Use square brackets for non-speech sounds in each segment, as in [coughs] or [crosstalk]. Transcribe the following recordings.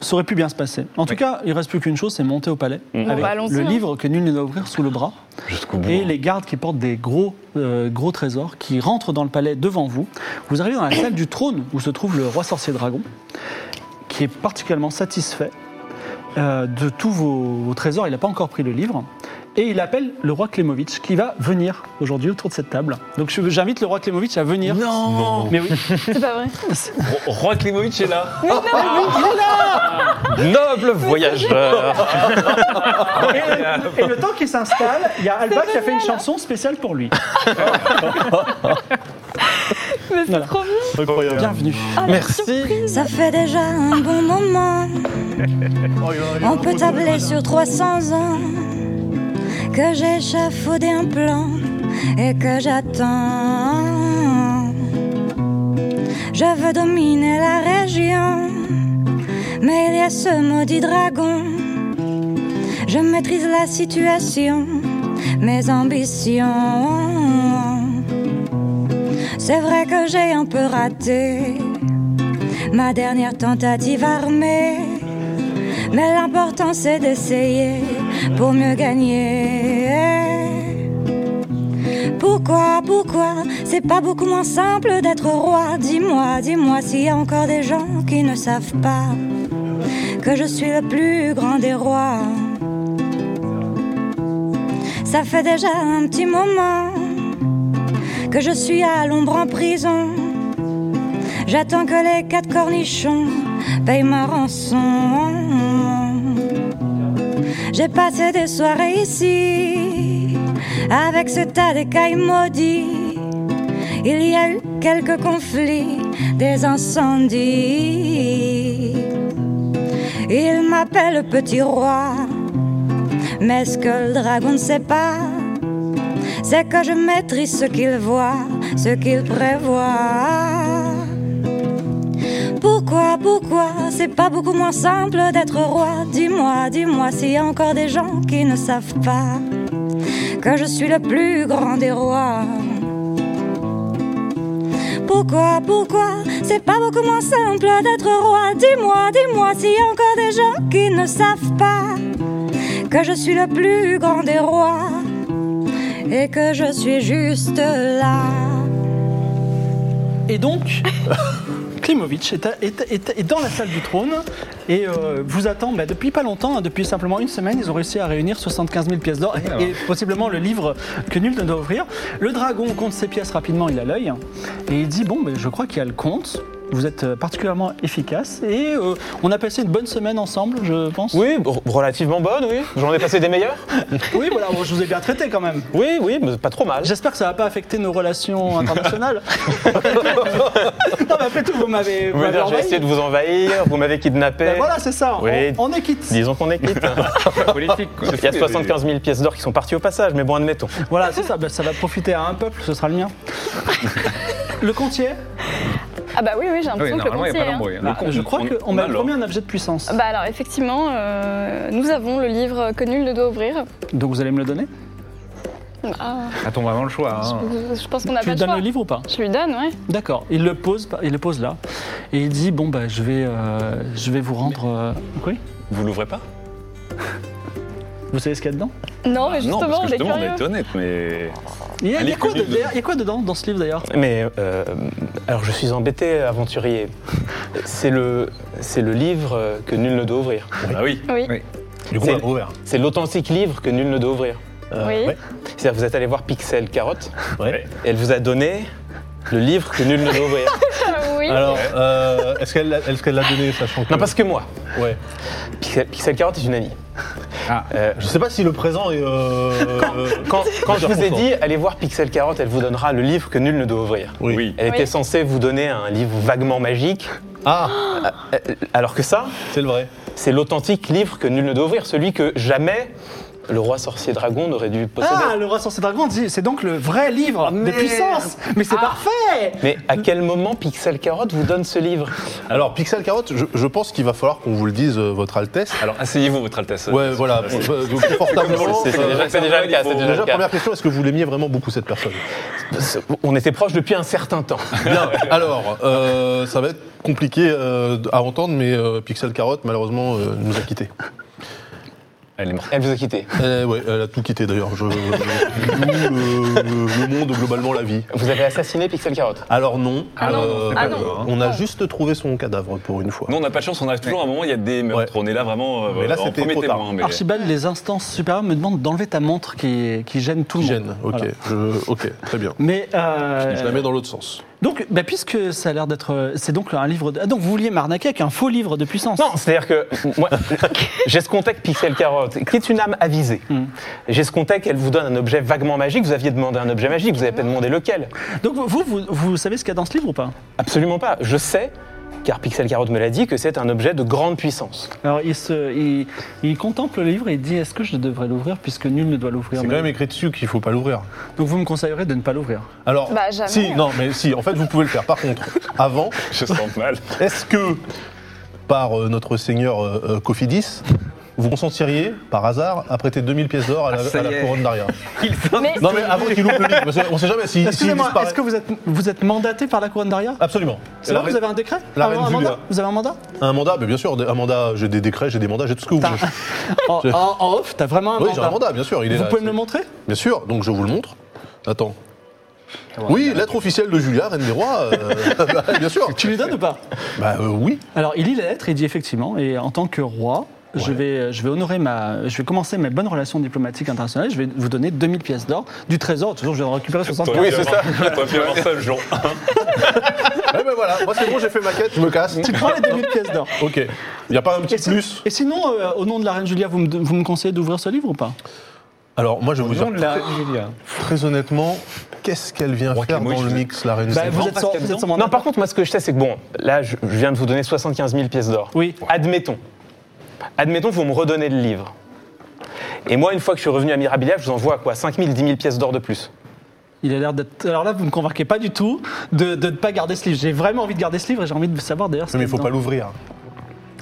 Ça aurait pu bien se passer. En tout cas, il reste plus qu'une chose, c'est monter au palais avec Bah, allons-y, le hein. livre que nul ne doit ouvrir sous le bras Mm. Jusqu'au bout. et les gardes qui portent des gros euh, gros trésors qui rentrent dans le palais devant vous. Vous arrivez dans la salle du trône où se trouve le roi sorcier dragon, qui est particulièrement satisfait euh, de tous vos, vos trésors. Il n'a pas encore pris le livre. Et il appelle le roi Klemovic qui va venir aujourd'hui autour de cette table. Donc je- j'invite le roi Klemovic à venir. Non. Mais oui, C'est pas vrai. Ro- Roi Klimovic est là. il est là Noble voyageur Et, et le temps qu'il s'installe, il y a Alba qui a fait une chanson spéciale pour lui. [laughs] Mais c'est Voilà. trop bien. Ah, Incroyable. Bienvenue. Merci Ça fait déjà un bon moment, on peut tabler sur 300 ans que j'ai échafaudé un plan et que j'attends. Je veux dominer la région, mais il y a ce maudit dragon. Je maîtrise la situation, mes ambitions. C'est vrai que j'ai un peu raté ma dernière tentative armée. Mais l'important c'est d'essayer pour mieux gagner. Pourquoi, pourquoi C'est pas beaucoup moins simple d'être roi. Dis-moi, dis-moi s'il y a encore des gens qui ne savent pas que je suis le plus grand des rois. Ça fait déjà un petit moment que je suis à l'ombre en prison. J'attends que les quatre cornichons payent ma rançon. J'ai passé des soirées ici avec ce tas d'écailles maudits. Il y a eu quelques conflits, des incendies. Il m'appelle petit roi, mais ce que le dragon ne sait pas, c'est que je maîtrise ce qu'il voit, ce qu'il prévoit. Pourquoi, pourquoi C'est pas beaucoup moins simple d'être roi. Dis-moi, dis-moi s'il y a encore des gens qui ne savent pas que je suis le plus grand des rois. Pourquoi, pourquoi C'est pas beaucoup moins simple d'être roi. Dis-moi, dis-moi s'il y a encore des gens qui ne savent pas que je suis le plus grand des rois et que je suis juste là. Et [laughs] donc, Klimovic est, à- est- est- est dans la salle du trône et euh, vous attend bah, depuis pas longtemps, hein, depuis simplement une semaine, ils ont réussi à réunir 75 000 pièces d'or et, et possiblement le livre que nul ne doit ouvrir. Le dragon compte ses pièces rapidement, il a l'œil et il dit Bon, mais je crois qu'il y a le compte. Vous êtes euh, particulièrement efficace et euh, on a passé une bonne semaine ensemble, je pense. Oui, b- relativement bonne, oui. J'en ai passé des meilleurs. Oui, voilà, bon, je vous ai bien traité quand même. Oui, oui, mais pas trop mal. J'espère que ça va pas affecter nos relations [laughs] internationales. non, mais après tout, vous m'avez. vous Vous voulez m'avez dire, j'ai envahi. essayé de vous envahir, vous m'avez kidnappé. Ben voilà, c'est ça. Oui. On, on est quitte. Disons qu'on est [laughs] quitte. Politique, quoi. Il y a 75 000 pièces d'or qui sont parties au passage, mais bon, admettons. Voilà, c'est ça. Ben, ça va profiter à un peuple, ce sera [laughs] le mien. le comptier Ah bah oui, oui, j'ai Ah oui, l'impression que le normalement, il n'y conseil. a pas hein. d'embrouille. Bah, Je crois qu'on m'a promis un objet de puissance. Bah alors effectivement, euh, nous avons le livre que nul ne doit ouvrir. Donc vous allez me le donner Ah, Attends, vraiment le choix. hein. je, je pense qu'on n'a Tu pas lui le donnes choix. le livre ou pas Je lui donne, ouais. D'accord. Il le pose, il le pose là, et il dit bon bah je vais, euh, je vais vous rendre. euh, Oui. Vous l'ouvrez pas Vous savez ce qu'il y a dedans Non, mais justement, Ah, non, parce que on est justement, on curieux. est honnête, mais. il y, a, Elle il y a est quoi connue, de- il y a quoi dedans dans ce livre d'ailleurs Mais euh, alors, je suis embêté, aventurier. C'est le, c'est le livre que nul ne doit ouvrir. Bah Ah oui. Oui. Oui. Du coup, C'est- on l'a ouvert. C'est l'authentique livre que nul ne doit ouvrir. Oui. ouais. C'est-à-dire, vous êtes allé voir Pixel Carotte, Ouais. et elle vous a donné le livre que nul ne doit ouvrir. Ah oui. Alors, euh, est-ce qu'elle l'a- est-ce qu'elle l'a donné, sachant que. non, parce que moi, Ouais. Pixel, Pixel Carotte est une amie. Ah. Euh, Je sais pas si le présent est. euh, euh, quand quand je vous ai Content. dit, allez voir Pixel Carotte, elle vous donnera le livre que nul ne doit ouvrir. Oui. Oui. Elle était Oui. censée vous donner un livre vaguement magique Ah, Euh, Alors que ça, c'est le vrai. c'est l'authentique livre que nul ne doit ouvrir, celui que jamais le roi sorcier dragon n'aurait dû posséder. Ah, le roi sorcier dragon, dis- c'est donc le vrai livre de merde. puissance. Mais Ah. c'est parfait. Mais à quel moment Pixel Carotte vous donne ce livre Alors, Pixel Carotte, je, je pense qu'il va falloir qu'on vous le dise, euh, votre Altesse. Alors, Asseyez-vous, votre Altesse. ouais, voilà, C'est- euh, confortablement. c'est- c'est euh, déjà- C'est déjà le cas. c'est déjà Déjà, le cas. première question, est-ce que vous l'aimiez vraiment beaucoup cette personne On était proches depuis un certain temps. Bien, alors, euh, ça va être compliqué euh, à entendre, mais euh, Pixel Carotte, malheureusement, euh, nous a quittés. Elle est morte. Elle vous a quitté. Euh, ouais, elle a tout quitté d'ailleurs. Je- nous, euh, le monde, globalement, la vie. Vous avez assassiné Pixel Carotte. Alors non, Ah non, non, c'est pas le cas, hein. on a juste trouvé son cadavre pour une fois. Non, on n'a pas de chance, on arrive toujours à un moment, où il y a des meurtres. On est là vraiment euh, Mais là, en c'était premier trop tard. témoin. mais- Archibald, les instances supérieures me demandent d'enlever ta montre qui, qui gêne tout le Qui monde. gêne, ok, Voilà. je- ok, très bien. Mais euh, Je la mets dans l'autre sens. donc, bah, puisque ça a l'air d'être, euh, c'est donc un livre. De, ah, donc vous vouliez m'arnaquer avec un faux livre de puissance. Non, c'est-à-dire que moi, j'ai ce contact Pixel Carotte, qui est une âme avisée. J'ai ce contact, elle vous donne un objet vaguement magique. Vous aviez demandé un objet magique, vous avez pas demandé lequel. Donc vous, vous, vous savez ce qu'il y a dans ce livre ou pas Absolument pas. Je sais, car Pixel Carotte me l'a dit, que c'est un objet de grande puissance. Alors il, se, il, il contemple le livre et il dit Est-ce que je devrais l'ouvrir puisque nul ne doit l'ouvrir C'est quand Mais- même écrit dessus qu'il faut pas l'ouvrir. Donc vous me conseillerez de ne pas l'ouvrir. Alors, Bah, jamais. si, non, mais si, en fait, vous pouvez le faire. Par [laughs] contre, avant, Je sens mal. est-ce que, par euh, notre seigneur euh, euh, Cofidis, vous consentiriez, par hasard, à prêter 2000 pièces d'or à la, Ah, ça à y la est. couronne [laughs] d'Aria Mais Non, mais avant qu'il ouvre le livre, parce qu'on sait jamais si. si Excusez-moi, est-ce que vous êtes, vous êtes mandaté par la couronne d'Aria Absolument. C'est vrai, La vous avez reine- un décret la Ah, reine un Julia. mandat Vous avez un mandat un mandat Mais bien sûr, un mandat, j'ai des décrets, j'ai des mandats, j'ai tout ce que vous voulez. [laughs] en, en- en off, t'as vraiment un Oui, j'ai mandat un mandat, bien sûr, il est Vous là, pouvez c'est- me le montrer Bien sûr, donc je vous le montre. Attends. Oui, lettre officielle de Julia, reine des rois. euh, [laughs] bah, bien sûr. Tu lui donnes ou pas Bah euh, oui. Alors, il lit la lettre et il dit effectivement, et en tant que roi, je, vais, euh, je vais honorer ma. Je vais commencer mes bonnes relations diplomatiques internationales, je vais vous donner 2000 pièces d'or du trésor, toujours je vais en récupérer 60 T'aurais pu avoir- [laughs] T'aurais pu avoir ça le jour Eh ben voilà, moi c'est bon, j'ai fait ma quête, je me casse. Tu prends les 2000 pièces d'or. Ok. Y a pas un petit Et si- plus Et sinon, euh, au nom de la reine Julia, vous me, vous me conseillez d'ouvrir ce livre ou pas Alors moi je vais vous Nous, on dire l'a, Julia. très honnêtement, qu'est-ce qu'elle vient Roi faire Clémo, dans je le sais. mix, la reine Bah, des vous rois êtes, sans, vous êtes sans mandat. Non, par contre, moi, ce que je sais, c'est que bon, là, je, je viens de vous donner 75 000 pièces d'or. Oui. Admettons. Admettons, vous me redonnez le livre. Et moi, une fois que je suis revenu à Mirabilia, je vous envoie quoi 5 000, 10 000 pièces d'or de plus. Il a l'air d'être. Alors là, vous ne me convainquez pas du tout de de ne pas garder ce livre. J'ai vraiment envie de garder ce livre et j'ai envie de savoir d'ailleurs ce Mais il qu'il faut y a pas dedans. l'ouvrir.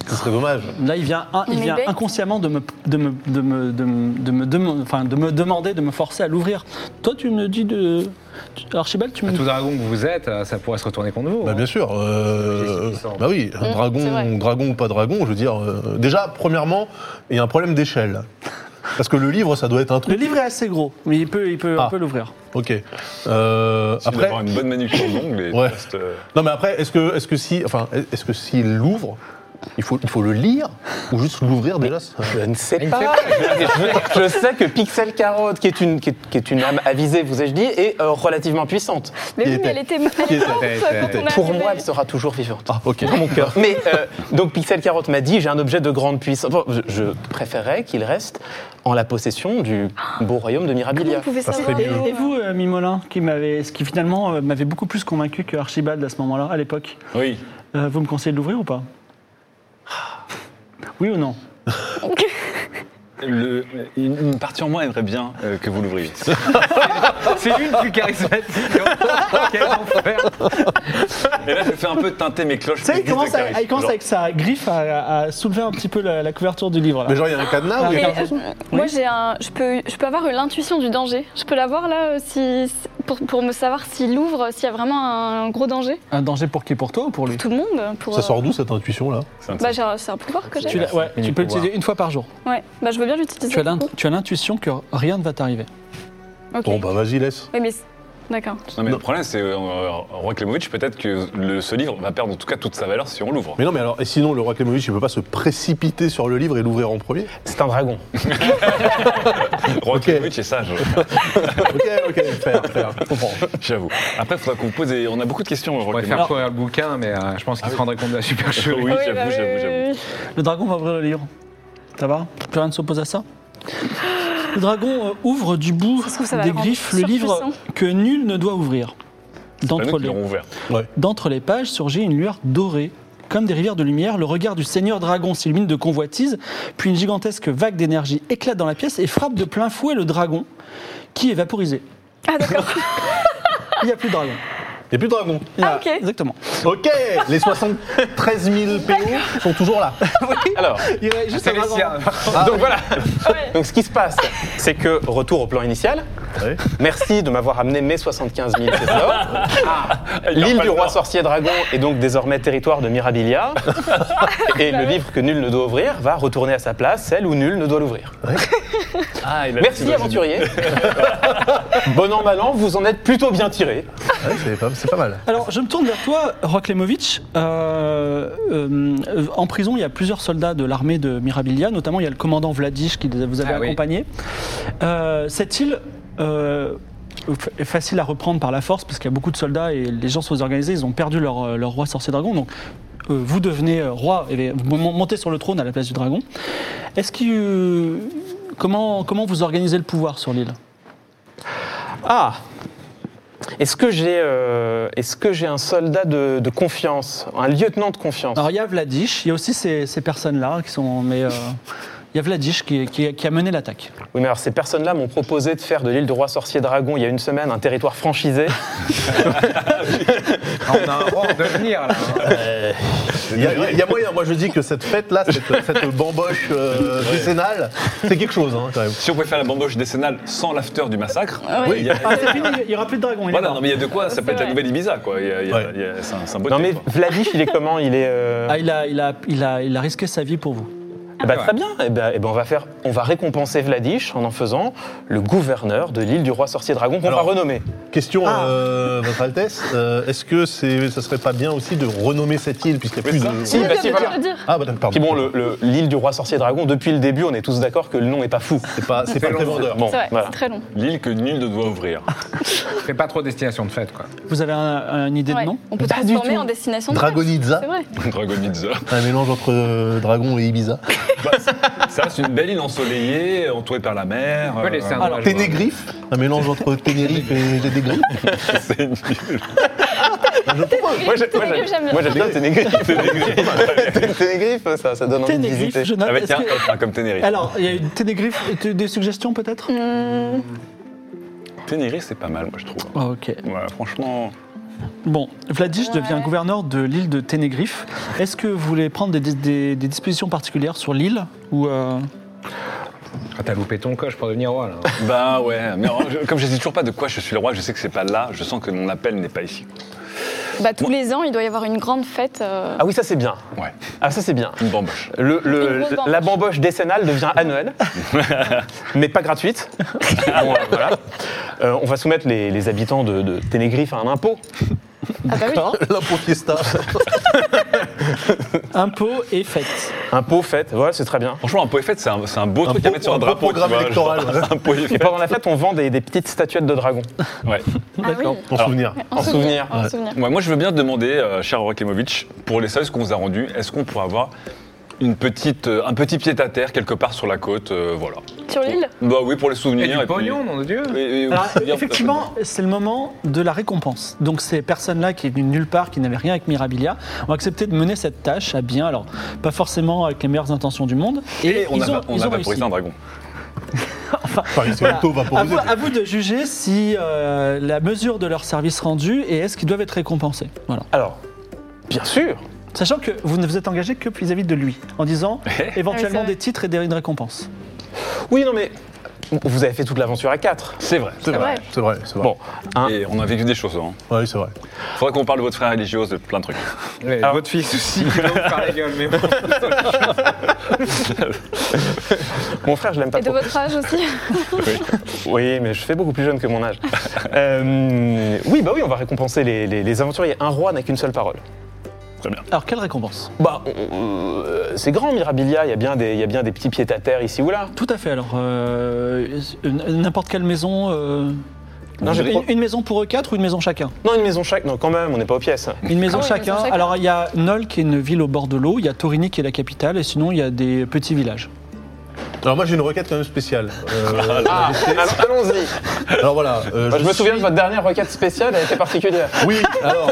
Ce serait dommage. Là, il vient, un- il Mais vient bête. inconsciemment de me, de, me, de, me, de, me, de me dem- enfin, de me demander, de me forcer à l'ouvrir. Toi, tu me dis de. tu- Archibald, tu me. Tout dragon que vous êtes, euh, ça pourrait se retourner contre vous. Bah hein. bien sûr. euh, Qu'est-ce qui sort bah oui, Mm, c'est vrai. dragon, dragon ou pas dragon, je veux dire. euh, déjà, premièrement, il y a un problème d'échelle. Parce que le livre, ça doit être un Le truc. livre est assez gros, mais il peut, il peut, on Ah. peut l'ouvrir. Ok. Euh, Après, après. avoir une bonne manucure longue, mais Ouais. juste, euh, Non, mais après, est-ce que, est-ce que si, enfin, est-ce que s'il l'ouvre, il faut, il faut le lire ou juste l'ouvrir déjà ça- Je ne sais Il me pas. fait [laughs] je, je sais que Pixel Carotte, qui est une, qui est, qui est une âme avisée, vous ai-je dit, est euh, relativement puissante. mais oui, était- mais elle était morte était- quand on [laughs] est était- Pour arrivé. moi, elle sera toujours vivante. Ah, ok. Dans mon cœur. Mais euh, donc Pixel Carotte m'a dit j'ai un objet de grande puissance. Bon, je, je préférais qu'il reste en la possession du beau royaume de Comment Mirabilia. on pouvait savoir Et, et vous, euh, Mimolin, qui, m'avez- ce qui finalement euh, m'avait beaucoup plus convaincu que Archibald à ce moment-là, à l'époque, Oui. euh, vous me conseillez de l'ouvrir ou pas Ah. Oui ou non Le- une, une partie en moi aimerait bien euh, que vous l'ouvriez. [laughs] C'est lui le plus charismatique. hein. Quel enfer. Et là, je fais un peu teinter mes cloches. Tu sais, il plus vite commence, avec à- la il commence Genre, avec sa griffe à, à soulever un petit peu la, la couverture du livre. là. Mais genre, il y a un cadenas ou il y Mais, a euh, un façon Moi, j'ai un, je peux, je peux avoir l'intuition du danger. Je peux l'avoir là, euh, si, pour, pour me savoir s'il ouvre, s'il y a vraiment un gros danger. Un danger pour qui Pour toi ou pour lui Tout le monde. Pour, Ça euh, sort d'où cette intuition là c'est un bah, petit- j'ai un- c'est un pouvoir que Tu, j'ai. l'as- ouais, minutes tu peux pour voir. l'utiliser une fois par jour. Ouais. Bah, je veux bien l'utiliser. Tu as l'int- Ok. tu as l'intuition que rien ne va t'arriver. Bon, bah vas-y, laisse. Oui, mais c'est- d'accord. Non, mais le problème, c'est euh, euh, Roi Klemovic, peut-être que le- ce livre va perdre en tout cas toute sa valeur si on l'ouvre. Mais non, mais alors, et sinon, le roi Klemovic, il peut pas se précipiter sur le livre et l'ouvrir en premier C'est un dragon. Roi Ok. Klemovic est sage, [laughs] Ok, ok, faire, faire, je comprends. [laughs] j'avoue. Après, il faudra qu'on pose. des- On a beaucoup de questions, On Roi pourrait faire Klemovic. courir le bouquin, mais euh, je pense Ah qu'il se rendrait compte de la super Oui, chérie. j'avoue, j'avoue, j'avoue. Le dragon va ouvrir le livre. Ça va Plus rien ne s'oppose à ça Le dragon euh, ouvre du bout se trouve, ça va des le rendre griffes le livre surpuissant. que nul ne doit ouvrir. C'est pas nous D'entre qui les, l'aurons ouvert. d'entre les pages surgit une lueur dorée Comme des rivières de lumière, le regard du seigneur dragon s'illumine de convoitise, puis une gigantesque vague d'énergie éclate dans la pièce et frappe de plein fouet le dragon, qui est vaporisé. Ah d'accord. [laughs] Il n'y a plus de dragon. Il n'y a plus de dragon. Il y a- Ah, ok. Exactement. Ok, les 73 000 PO sont toujours là. Alors, Il y a juste C'est un les dragon. siens. donc voilà. Ouais. Donc ce qui se passe, c'est que retour au plan initial. Ouais. Merci de m'avoir amené mes 75 000 pièces d'or. Ah, L'île du roi sorcier dragon est donc désormais territoire de [laughs] Mirabilia. Et le livre que nul ne doit ouvrir va retourner à sa place, celle où nul ne doit l'ouvrir. Ah, il a Merci aventurier. [laughs] bon an mal an, vous en êtes plutôt bien tiré. Ouais, c'est pas, c'est pas mal. Alors, je me tourne vers toi, Roklemovic. Euh, euh, euh, en prison, il y a plusieurs soldats de l'armée de Mirabilia, notamment il y a le commandant Vladish qui vous avait Ah oui. accompagné. Euh, cette île euh, f- est facile à reprendre par la force, parce qu'il y a beaucoup de soldats et les gens sont organisés, ils ont perdu leur, euh, leur roi sorcier dragon. Donc, euh, vous devenez euh, roi et vous mon- montez sur le trône à la place du dragon. Est-ce que. euh, comment, comment vous organisez le pouvoir sur l'île Ah est-ce que j'ai euh, est-ce que j'ai un soldat de, de confiance, un lieutenant de confiance Alors il y a Vladish, il y a aussi ces, ces personnes-là qui sont. Mais euh, il y a Vladish qui, qui- qui a mené l'attaque. Oui, mais alors ces personnes-là m'ont proposé de faire de l'île du roi sorcier dragon il y a une semaine un territoire franchisé. On a un roi en devenir là. Il y, a- il y a moyen, moi je dis que cette fête-là, cette, cette bamboche euh, décennale, c'est quelque chose hein, quand même. Si on pouvait faire la bamboche décennale sans l'after du massacre, Oui. il y a- Ah, c'est fini, il n'y aura plus de dragon. Il est Voilà, mort. non, mais il y a de quoi, ça peut C'est être la vrai. nouvelle Ibiza, quoi. Il y a- il y a- Ouais. il y a- C'est un, c'est un beau non mais thème, quoi. Vladish, il est comment Il est euh, Ah, il, a, il, a, il, a, il a risqué sa vie pour vous. Eh ben, très bien. Eh ben, eh ben, on va faire, on va récompenser Vladish en en faisant le gouverneur de l'île du roi sorcier dragon qu'on va Alors- renommer. Question, Ah. euh, Votre Altesse, euh, est-ce que c'est, ça serait pas bien aussi de renommer cette île puisqu'il n'y a Oui, plus ça. de. Si, Oui, bah, je si, viens de voilà. le dire. Ah, bah, d'accord, pardon. Puis bon, le- le- l'île du roi sorcier dragon, depuis le début, on est tous d'accord que le nom est pas fou. C'est pas, c'est pas très vendeur. Bon, C'est vrai, voilà. c'est très long. L'île que nul ne doit ouvrir. Fais pas trop destination de [laughs] fête quoi. Vous avez un, un- une idée Ouais. de nom On peut Pas du transformer Ah, tout. en destination de Dragonizza, C'est vrai. Dragonitza. un mélange entre euh, dragon et Ibiza. Ça, c'est une belle île ensoleillée, entourée par la mer. euh, On peut laisser un alors, orage, Ténégriffe, un mélange entre Ténérife et Ténégriffe. c'est nul. Moi, j'ai- moi, Ténégriffe, j'aime j'ai- bien. moi, j'aime bien Ténégriffe. Ténégriffe. Ténégriffe, ça, ça donne envie de Ténégriffe, visiter. je note. Avec Est-ce un que- F, hein, comme Ténérife. Alors, il y a une Ténégriffe, tu- des suggestions peut-être Ténérife, c'est pas mal, moi, je trouve. Ah, Ok. Ouais, franchement. Bon, Vladish devient gouverneur de l'île de Ténégriffe. Est-ce que vous voulez prendre des, des- des dispositions particulières sur l'île ou euh, Ah, T'as loupé ton coche pour devenir roi là. Bah ouais, [laughs] mais alors, je- comme je sais toujours pas de quoi je suis le roi, je sais que c'est pas là, je sens que mon appel n'est pas ici. Bah, tous les ans, il doit y avoir une grande fête. euh, Ah oui, ça c'est bien. Ouais, Ah ça c'est bien. une bamboche. Le- le- Une grosse bamboche. la bamboche décennale devient annuelle, mais pas gratuite. Bon, euh, voilà. Euh, on va soumettre les, les habitants de, de Ténégriffe à un impôt. Ah bah oui. L'impôt fiesta. impôts et fêtes Impôt, fête, voilà, c'est très bien. Franchement, un pot et fête, c'est un, c'est un beau truc beau- à mettre sur un, un beau drapeau. programme tu vois, électoral. genre, [laughs] un pot et Et fête. pendant la fête, on vend des, des petites statuettes de dragons. Ouais. Ah oui. En souvenir. En souvenir. En souvenir. Ouais, moi, je veux bien demander, euh, cher Roklemovic, pour les services qu'on vous a rendus, est-ce qu'on pourrait avoir une petite, euh, un petit pied à terre quelque part sur la côte euh, Voilà. Sur l'île Bah oui, pour les souvenirs. Et du puis- pognon, nom de Dieu Ah, Et- et- Alors, souvenirs- Ah, effectivement, c'est le moment de la récompense. Donc ces personnes-là qui venues de nulle part, qui n'avaient rien avec Mirabilia, ont accepté de mener cette tâche à bien. Alors, pas forcément avec les meilleures intentions du monde. Et on ils a, ont, on ils a ont vaporisé réussi. un dragon. Enfin, ils sont plutôt À vaporisés. vous, à vous de juger si euh, la mesure de leur service rendu et est-ce qu'ils doivent être récompensés. Voilà. Alors, bien sûr, Sachant que vous ne vous êtes engagé que vis-à-vis de lui, en [laughs] disant éventuellement vrai. des titres et des une récompense. Oui, non, mais vous avez fait toute l'aventure à 4. C'est vrai. C'est vrai, Ouais. c'est vrai, c'est vrai. Bon, hein. Et on a vécu des choses. Hein. Oui, c'est vrai. Faudrait qu'on parle de votre frère religieux, de plein [laughs] de trucs. Ouais, Votre fils aussi, il va vous faire la gueule, mais bon. [laughs] mon frère, je l'aime pas Et de trop. votre âge aussi Oui, mais je fais beaucoup plus jeune que mon âge. Euh, oui, bah oui, on va récompenser les, les- les aventuriers. Un roi n'a qu'une seule parole. Alors, quelle récompense Bah, on- on- euh, c'est grand, Mirabilia, il y, a bien des- il y a bien des petits pieds à terre ici ou là. Tout à fait. Alors, euh, une- n'importe quelle maison. euh, Non, j'ai une, pro- une maison pour eux quatre ou une maison chacun Non, une maison chaque. Non, quand même, on n'est pas aux pièces. Une maison Ah oui, chacun. une maison chacun. Alors il y a Nol qui est une ville au bord de l'eau, il y a Torini qui est la capitale, et sinon il y a des petits villages. Alors moi j'ai une requête quand même spéciale. Euh, Ah, alors, allons-y. alors voilà. Moi, euh, Bah, je, me suis- souviens de votre dernière requête spéciale, elle était particulière. Oui, alors.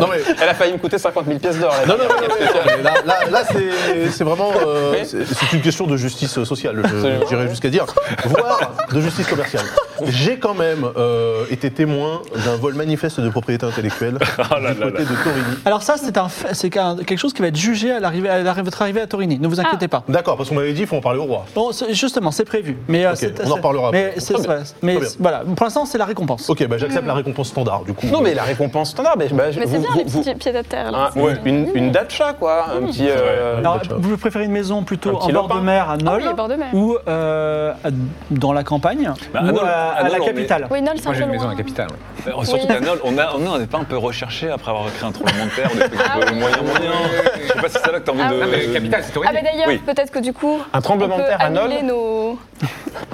Non mais. Elle a failli me coûter 50 000 pièces d'or. la Non, non, dernière non, requête non, spéciale. mais là, là- là, c'est c'est vraiment. euh, Oui. c'est c'est une question de justice sociale, Absolument. je- j'irais jusqu'à dire, voire de justice commerciale. J'ai quand même euh, été témoin d'un vol manifeste de propriété intellectuelle Ah là du là côté de Torini. Alors ça, c'est un, fait- c'est qu'un- quelque chose qui va être jugé à, l'arrivée- à l'arri- votre arrivée à Torini. Ne vous inquiétez Ah. pas. D'accord, parce qu'on m'avait dit il faut en parler au roi. Bon, c'est- justement, c'est prévu. Mais euh, Ok, c'est- on en c'est- parlera Mais, après. c'est- Très bien. voilà. Mais Très bien. c'est- voilà. Pour l'instant, c'est la récompense. Ok, bah j'accepte la récompense standard du coup. Non, mais la récompense standard, mais, bah, je- Mais c'est vous- bien vous- les vous- petits pieds à terre. là. hein, une, une datcha, quoi. Un petit. euh, Alors, bah, vous préférez une maison plutôt Un en petit bord lopin. de mer à Nol Ah oui, bord de mer. ou euh, à- dans la campagne Bah, à ou Nol- à, à à la Nol, euh, on est- capitale Oui, Nol, c'est un Moi j'ai peu une maison loin. à la capitale. ouais. Euh, Oui. Surtout qu'à Nol, on a- on a- n'est pas un peu recherché après avoir créé un tremblement de terre, des trucs Ah un peu moyen, moyen. Je sais pas si c'est là que t'as envie Ah de. oui. Non, mais capitale, c'est Ah, Torini. mais d'ailleurs, Oui. peut-être que du coup. Un tremblement on de peut terre à Nol annuler nos.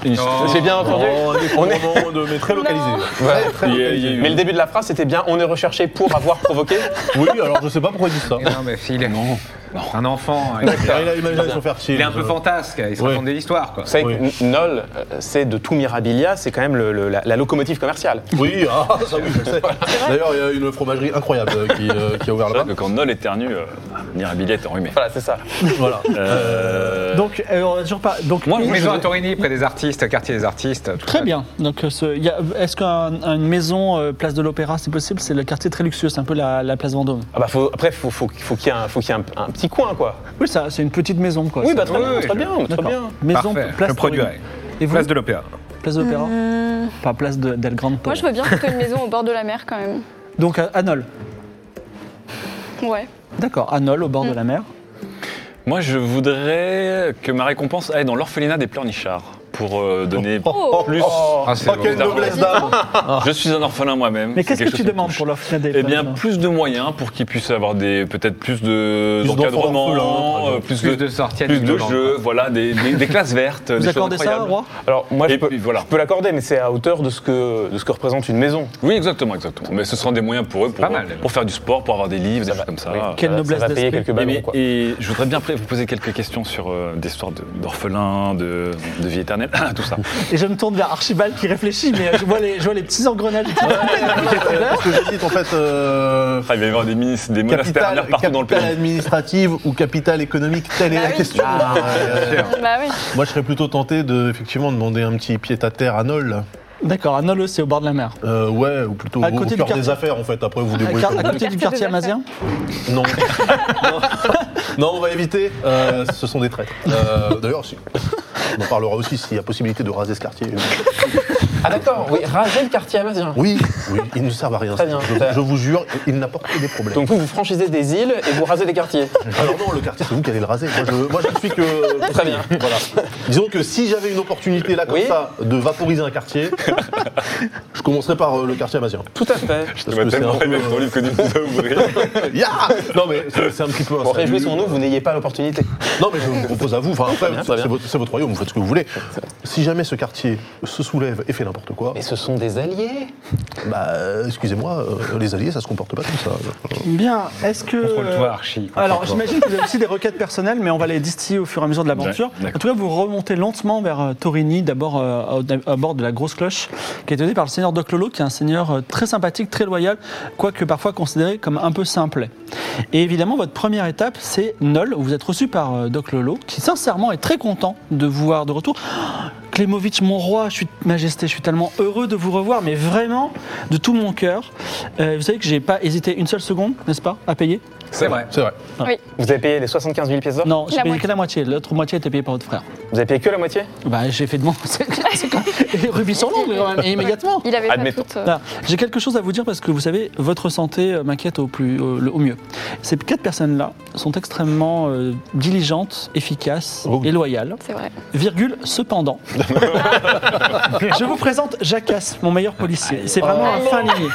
Non. J'ai bien entendu. Oh, on est vraiment de, mais très localisé. Très, très Il y a- localisé. il y a eu- Mais le début de la phrase, c'était bien on est recherché pour avoir provoqué. Oui, alors je sais pas pourquoi ils disent ça. Eh Non, mais il est un enfant. il- Car il a l'imagination fertile. Il est un peu je- fantasque, il se Ouais. raconte des histoires quoi. Vous savez Oui. que N- Nol, euh, c'est de tout Mirabilia, c'est quand même le- le- la, la locomotive commerciale. Oui, ah, ça oui, je le sais. D'ailleurs, il y a une fromagerie incroyable euh, qui, euh, qui a ouvert là-bas. Donc quand Nol éternue, euh, Mirabilia est enrhumé. Voilà, c'est ça. Voilà. Euh, Donc, euh, on a toujours pas. Donc, Moi, Une moi, je- maison à Torini, près des artistes, quartier des artistes. tout Très ça. bien. Donc, euh, ce- il y a- est-ce qu'une maison euh, place de l'Opéra, c'est possible C'est le quartier très luxueux, c'est un peu la, la place Vendôme. Ah bah, faut- après, faut, faut, faut qu'il y ait un, faut qu'il y ait un- un petit coin, quoi. Oui, ça, c'est une petite maison, quoi. Oui, C'est- bah très oui, bien, oui, très je- bien, très D'accord. bien. Maison, Parfait, place je produirais. Torini. Et vous Place de l'Opéra. Place de l'Opéra Pas place de, d'El Grande Euh. Moi, je veux bien plutôt une maison au bord de la mer quand même. Donc, euh, à, à Nol. Ouais. D'accord, à Nol, au bord de la mer. moi, je voudrais que ma récompense aille dans l'orphelinat des pleurnichards pour euh, donner Oh. plus. Ah, c'est Oh, quelle beau. noblesse d'âme Je suis un orphelin moi-même. Ah. Mais c'est qu'est-ce que quelque chose tu qui me demandes touche. pour l'orphelinat des Eh bien, Femmes plus de moyens pour qu'ils puissent avoir des peut-être plus de Plus d'encadrement, d'enfants orphelins, par euh, exemple. plus, Plus de de sorties à plus de Disneyland, jeux, voilà, des, des- des classes vertes. des Vous choses accordez ça, incroyables. roi Alors, moi, Ah, je Et peux, puis, voilà. je peux l'accorder, mais c'est à hauteur de ce, que, de ce que représente une maison. Oui, exactement, exactement. Mais ce seront des moyens pour eux, pour, Pas mal. pour faire du sport, pour avoir des livres, des choses comme ça. Oui, Quelle ça va- noblesse Euh, ça va payer d'esprit. quelques Et, ballons, mais- quoi. et je voudrais bien après vous poser quelques questions sur euh, des histoires de- d'orphelins, de, de vie éternelle, [coughs] tout ça. Et je me tourne vers Archibald qui réfléchit, mais euh, je vois les, je vois les petits engrenages. les petits- Parce que j'hésite en fait. euh, Enfin, Ah, il va y avoir des, minis- des monastères à Capitale, l'air partout dans le capitale pays. Ah administrative ou capitale économique, telle est la oui. question. Euh, Bah oui. Moi, je serais plutôt tenté de effectivement demander un petit pied à terre à Nol. D'accord, à Nol, c'est au bord de la mer. Euh, ouais, ou plutôt À au, au côté du cœur quartier. des affaires en fait. Après, vous À, débrouillez. car- à comme vous côté du quartier amazien voulez. [laughs] Non. non. Non, on va éviter. Euh, ce sont des traîtres. Euh, D'ailleurs, si- on en parlera aussi s'il y a possibilité de raser ce quartier. Ah, d'accord, [laughs] oui, raser le quartier amazien. Oui, oui, ils ne servent à rien. Très bien. Je, je vous jure, ils n'apportent que des problèmes. Donc, vous, vous franchisez des îles et vous rasez des [laughs] quartiers. Alors non, le quartier, c'est vous qui allez le raser. Moi, je, moi, je ne suis que... Très bien. Voilà. Disons que si j'avais une opportunité là comme Oui. ça de vaporiser un quartier, je commencerais par euh, le quartier amazien. Tout à fait. Parce Tu m'as que c'est tellement un peu, aimé euh, ton livre que tu nous as ouvert. Ya Non mais c'est c'est un petit peu un Bon, réjouissons-nous, vous n'ayez pas l'opportunité. Non mais je vous propose à vous, enfin après, bien, très c'est bien. votre, c'est votre royaume, vous faites ce que vous voulez. Si jamais ce quartier se soulève et fait n'importe quoi, Mais ce sont des alliés. bah euh, excusez-moi, euh, les alliés ça se comporte pas comme ça. Bien, est-ce que. Contrôle-toi, Archie. Alors, Contrôle-toi. j'imagine que vous avez aussi des requêtes personnelles, mais on va les distiller au fur et à mesure de l'aventure. Ouais, d'accord. en tout cas, vous remontez lentement vers euh, Torini, d'abord euh, au- à bord de la grosse cloche, qui est donnée par le seigneur de Clolo, qui est un seigneur euh, très sympathique, très loyal, quoique parfois considéré comme un peu simple. Et évidemment, votre première étape, c'est Nol. Vous êtes reçu par euh, Doc Lolo, qui sincèrement est très content de vous voir de retour. Clémovitch, mon roi, je suis majesté, je suis tellement heureux de vous revoir, mais vraiment de tout mon cœur. Euh, vous savez que j'ai pas hésité une seule seconde, n'est-ce pas, à payer C'est vrai. C'est vrai. Vous avez payé les 75 000 pièces d'or non, j'ai La payé moitié. que la moitié. L'autre moitié était payée par votre frère. Vous avez payé que la moitié Bah, j'ai fait de mon. [laughs] c'est- c'est quand- Et Rubis sur l'ongle, quand même, et euh, immédiatement. Il avait pas Admettons. toute, euh, Là, j'ai quelque chose à vous dire parce que vous savez, votre santé euh, m'inquiète au, plus, au, le- au mieux. Ces quatre personnes-là sont extrêmement euh, diligentes, efficaces Oh. et loyales. C'est vrai. Virgule, [laughs] cependant. je vous présente Jacasse, mon meilleur policier. C'est vraiment Oh. un fin ligne.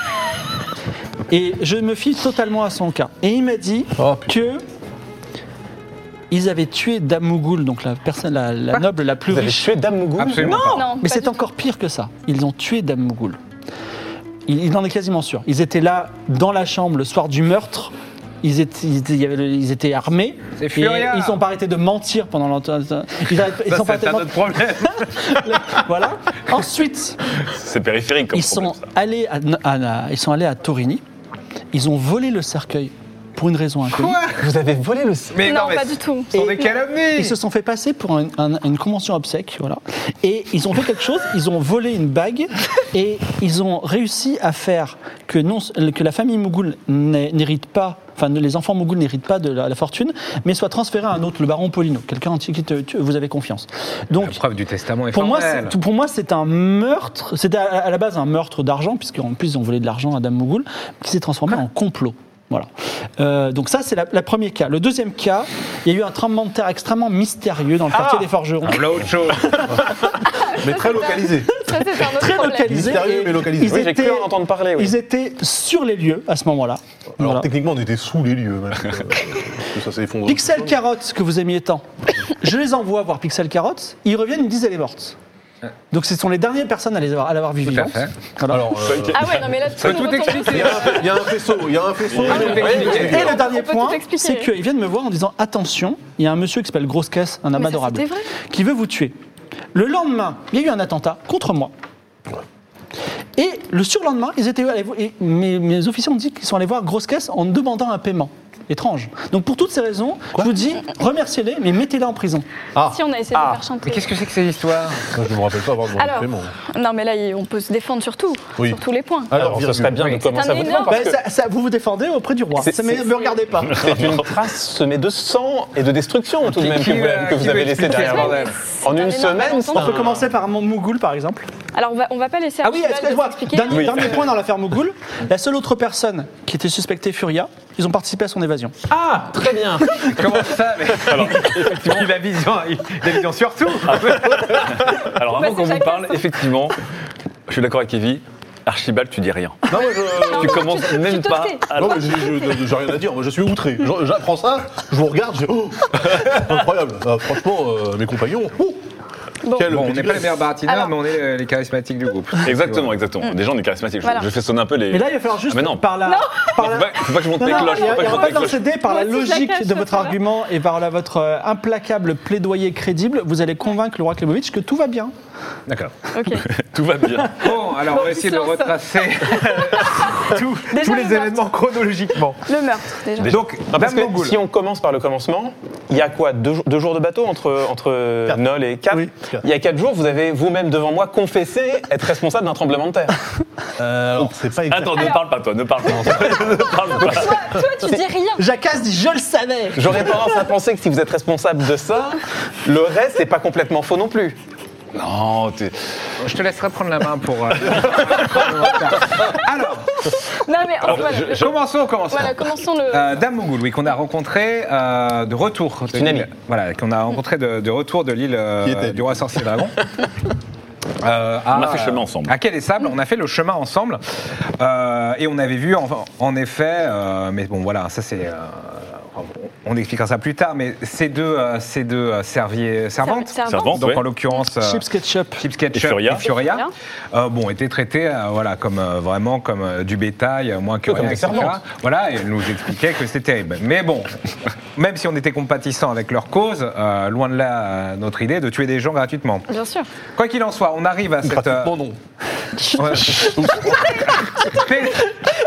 Et je me fie totalement à son cas. Et il m'a dit Oh, putain. que ils avaient tué Dame Mougoul, donc la personne, la, la noble la plus Vous avez riche. tué Dame Mougoul Absolument. pas. Non, Mais pas c'est du encore pire que ça. Ils ont tué Dame Mougoul. Il, il en est quasiment sûr. Ils étaient là dans la chambre le soir du meurtre. Ils étaient, ils étaient- il y avait le- ils étaient armés. C'est Et Furia. Ils n'ont pas arrêté de mentir pendant longtemps. Ils, arrêtent- ils Ça, ont pas arrêté c'est un de autre problème. mentir. [laughs] Voilà. Ensuite, C'est périphérique comme ils problème, sont, ça. allés à, à- à- ils sont allés à Torini. Ils ont volé le cercueil pour une raison inconnue. Vous avez volé le cercueil. Mais non, mais pas ce du tout. sont des calomnies Ils se sont fait passer pour un- un- une convention obsèque, voilà. Et ils ont fait quelque chose, ils ont volé une bague et ils ont réussi à faire que, non, que la famille Mougoul n'hé- n'hérite pas, enfin les enfants Mougoul n'héritent pas de la, la fortune, mais soit transférés à un autre, le baron Polino, quelqu'un en qui te- tu- vous avez confiance. La Donc, preuve du testament est pour moi, formelle. c'est- pour moi, c'est un meurtre, c'était à, à la base un meurtre d'argent, puisqu'en plus ils ont volé de l'argent à Dame Mougoul, qui s'est transformé en complot. Voilà. Euh, donc ça, c'est la- le premier cas. Le deuxième cas, il y a eu un tremblement de terre extrêmement mystérieux dans le quartier des Forgerons. Ah, Voilà autre chose. Mais très localisé. Ça, c'est un autre Très problème. localisé. Mystérieux, et mais localisé. Ils, Oui, j'ai étaient, cru en entendre parler. Oui. ils étaient sur les lieux à ce moment-là. Alors Voilà. techniquement, on était sous les lieux. même, euh, que ça s'est effondré. Pixel Carottes, que vous aimiez tant, je les envoie voir Pixel Carottes. Ils reviennent, ils me disent elle est morte. Donc ce sont les dernières personnes à les avoir- à l'avoir vue Tout à vivante. fait. Voilà. Alors, euh, Ah ouais, non, mais là, tout, tout retombe expliquer. dessus. il y a- il y a un faisceau, il y a un faisceau. Et le dernier On peut point, tout expliquer. c'est qu'ils viennent me voir en disant attention, il y a un monsieur qui s'appelle Grosse Caisse, un homme Mais ça, adorable, c'était vrai. qui veut vous tuer. Le lendemain, il y a eu un attentat contre moi. Et le surlendemain, ils étaient allés vo- et mes, mes officiers ont dit qu'ils sont allés voir Grosse Caisse en demandant un paiement. Étrange. Donc pour toutes ces raisons, je vous dis remerciez-les, mais mettez-les en prison. Si on a essayé de faire chanter. Ah. Mais qu'est-ce que c'est que ces histoires Moi, Je ne me rappelle pas avoir demandé Alors, Clément. non, mais là, il- on peut se défendre sur tout, Oui. sur tous les Ah, points. Alors, ce virgule. serait bien de commencer un à vous défendre énorme- parce Ben, que ça- ça- vous vous défendez auprès du roi. C'est- Ça, mais c'est- me regardez [laughs] pas. c'est une trace semée de sang et de destruction tout de Qui- même qui que vous, veut- que vous qui avez veut laissé expliquer derrière ce vous. bordel En C'est un une énorme semaine, malentendu. Ben, On peut commencer par mon Mougoul, par exemple. Alors, on va, on va pas laisser Ah oui, Archibald excuse-moi. nous expliquer. Dernier, Oui. dernier point dans l'affaire [laughs] Mougoul. La seule autre personne qui était suspectée, Furia, ils ont participé à son évasion. Ah, très bien. Comment ça mais... Il a la vision, il a la vision sur tout. Alors avant Bah, qu'on c'est vous chacun parle, son- effectivement, je suis d'accord avec Evie, Archibald, tu dis rien. Non, moi, je- Non, tu non, commences tu- tu même te pas tais. à- non, mais j'ai- j'ai j'ai rien à dire. Moi, je suis outré. Je- J'apprends ça, je vous regarde, je fais, oh Incroyable. Ah, franchement, euh, mes compagnons. oh, quel Bon, on petit n'est pas gosse. les meilleurs baratineurs, Alors- mais on est euh, les charismatiques du groupe. Exactement, exactement. Déjà, on est charismatique. Voilà. Je fais sonner un peu les. Mais là, il va falloir juste Ah, mais non. par la. Par la... Faut pas- Faut pas que je monte Non, mes non, cloches. il y Faut a- il pas que y je a monte pas mes de cloches. céder par la Moi aussi, je la logique cache, de ça votre va. argument et par la- votre euh, implacable plaidoyer crédible. Vous allez convaincre le roi Klebovitch que tout va bien. D'accord. Ok. Tout va bien. Bon, alors on va il essayer se de lance. retracer tous- Déjà, tous le les meurtre. événements chronologiquement. Le meurtre, déjà. [laughs] Donc, Non, parce Dame que Mougoul. si on commence par le commencement, il y a quoi deux, jours- deux jours de bateau entre, entre Nol et Cap Oui. Il y a quatre jours, vous avez vous-même devant moi confessé être responsable d'un tremblement de terre. Euh, alors, c'est pas exact. [laughs] Attends, ne parle pas, toi, ne parle pas. [laughs] Ne parle pas. Toi, tu dis rien. Jacasse dit Je le savais J'aurais tendance à penser que si vous êtes responsable de ça, le reste n'est pas complètement faux non plus. Non, t'es- Je te laisserai prendre la main pour. euh, alors, Non, mais enfin, voilà, le- commençons, commençons. voilà, commençons le. Euh, Dame Mougoul, oui, qu'on a rencontré euh, de retour. de une l'île- amie. Voilà, qu'on a rencontré de, de retour de l'île euh, Qui était du roi sorcier dragon. Euh, à- On a fait chemin ensemble. À quel est sable On a fait le chemin ensemble. Euh, et on avait vu, en, en effet, euh, mais bon, voilà, ça c'est. euh, on expliquera ça plus tard, mais ces deux, euh, ces deux euh, serviers, servantes, Servantes. Servantes, donc ouais. en l'occurrence. Ah. euh, Chips Ketchup. Chips Ketchup Et Furia. et Furia, Furia. euh, bon, étaient traités euh, voilà, comme, euh, vraiment comme euh, du bétail, euh, moins que comme rien, des etc. servantes. Voilà, et elles nous expliquaient que c'était terrible. Mais bon, [laughs] même si on était compatissant avec leur cause, euh, loin de là euh, notre idée de tuer des gens gratuitement. Bien sûr. Quoi qu'il en soit, on arrive à cette... euh, Pratiquement non. [laughs] Ouais. Mais-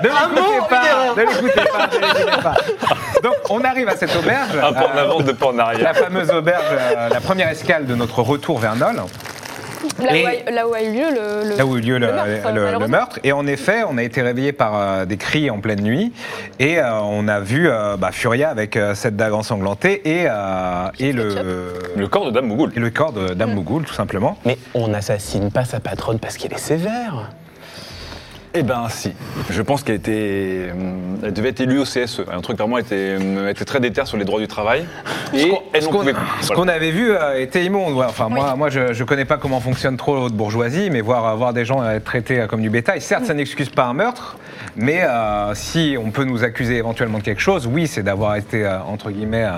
ne Ah l'écoutez pas, ne l'écoutez pas, ne l'écoutez pas. Donc, on arrive à cette auberge. Un pas en euh, avant, deux pas en la arrière. fameuse auberge, euh, la première escale de notre retour vers Nol. Là, Et- où a, là où a eu lieu le. le- Là où a eu lieu le, le- le meurtre, meurtre, malheureusement. Et en effet, on a été réveillé par euh, des cris en pleine nuit. Et euh, on a vu euh, bah, Furia avec euh, cette dague ensanglantée et, euh, et, le, Le corps de Dame Mougoul. et le corps de Dame Mougoul, tout simplement. Mais on n'assassine pas sa patronne parce qu'elle est sévère. Eh ben si. Je pense qu'elle était, hum, elle devait être élue au CSE. Un truc vraiment était, hum, était très déter sur les droits du travail. Et elle ce n'en qu'on pouvait ce plus. qu'on Voilà. avait vu euh, était immonde. ouais. Enfin, moi, moi je, je connais pas comment fonctionne trop l'autre bourgeoisie, mais voir, euh, voir des gens être traités euh, comme du bétail, certes, ça n'excuse pas un meurtre, mais euh, si on peut nous accuser éventuellement de quelque chose, oui, c'est d'avoir été, euh, entre guillemets, euh,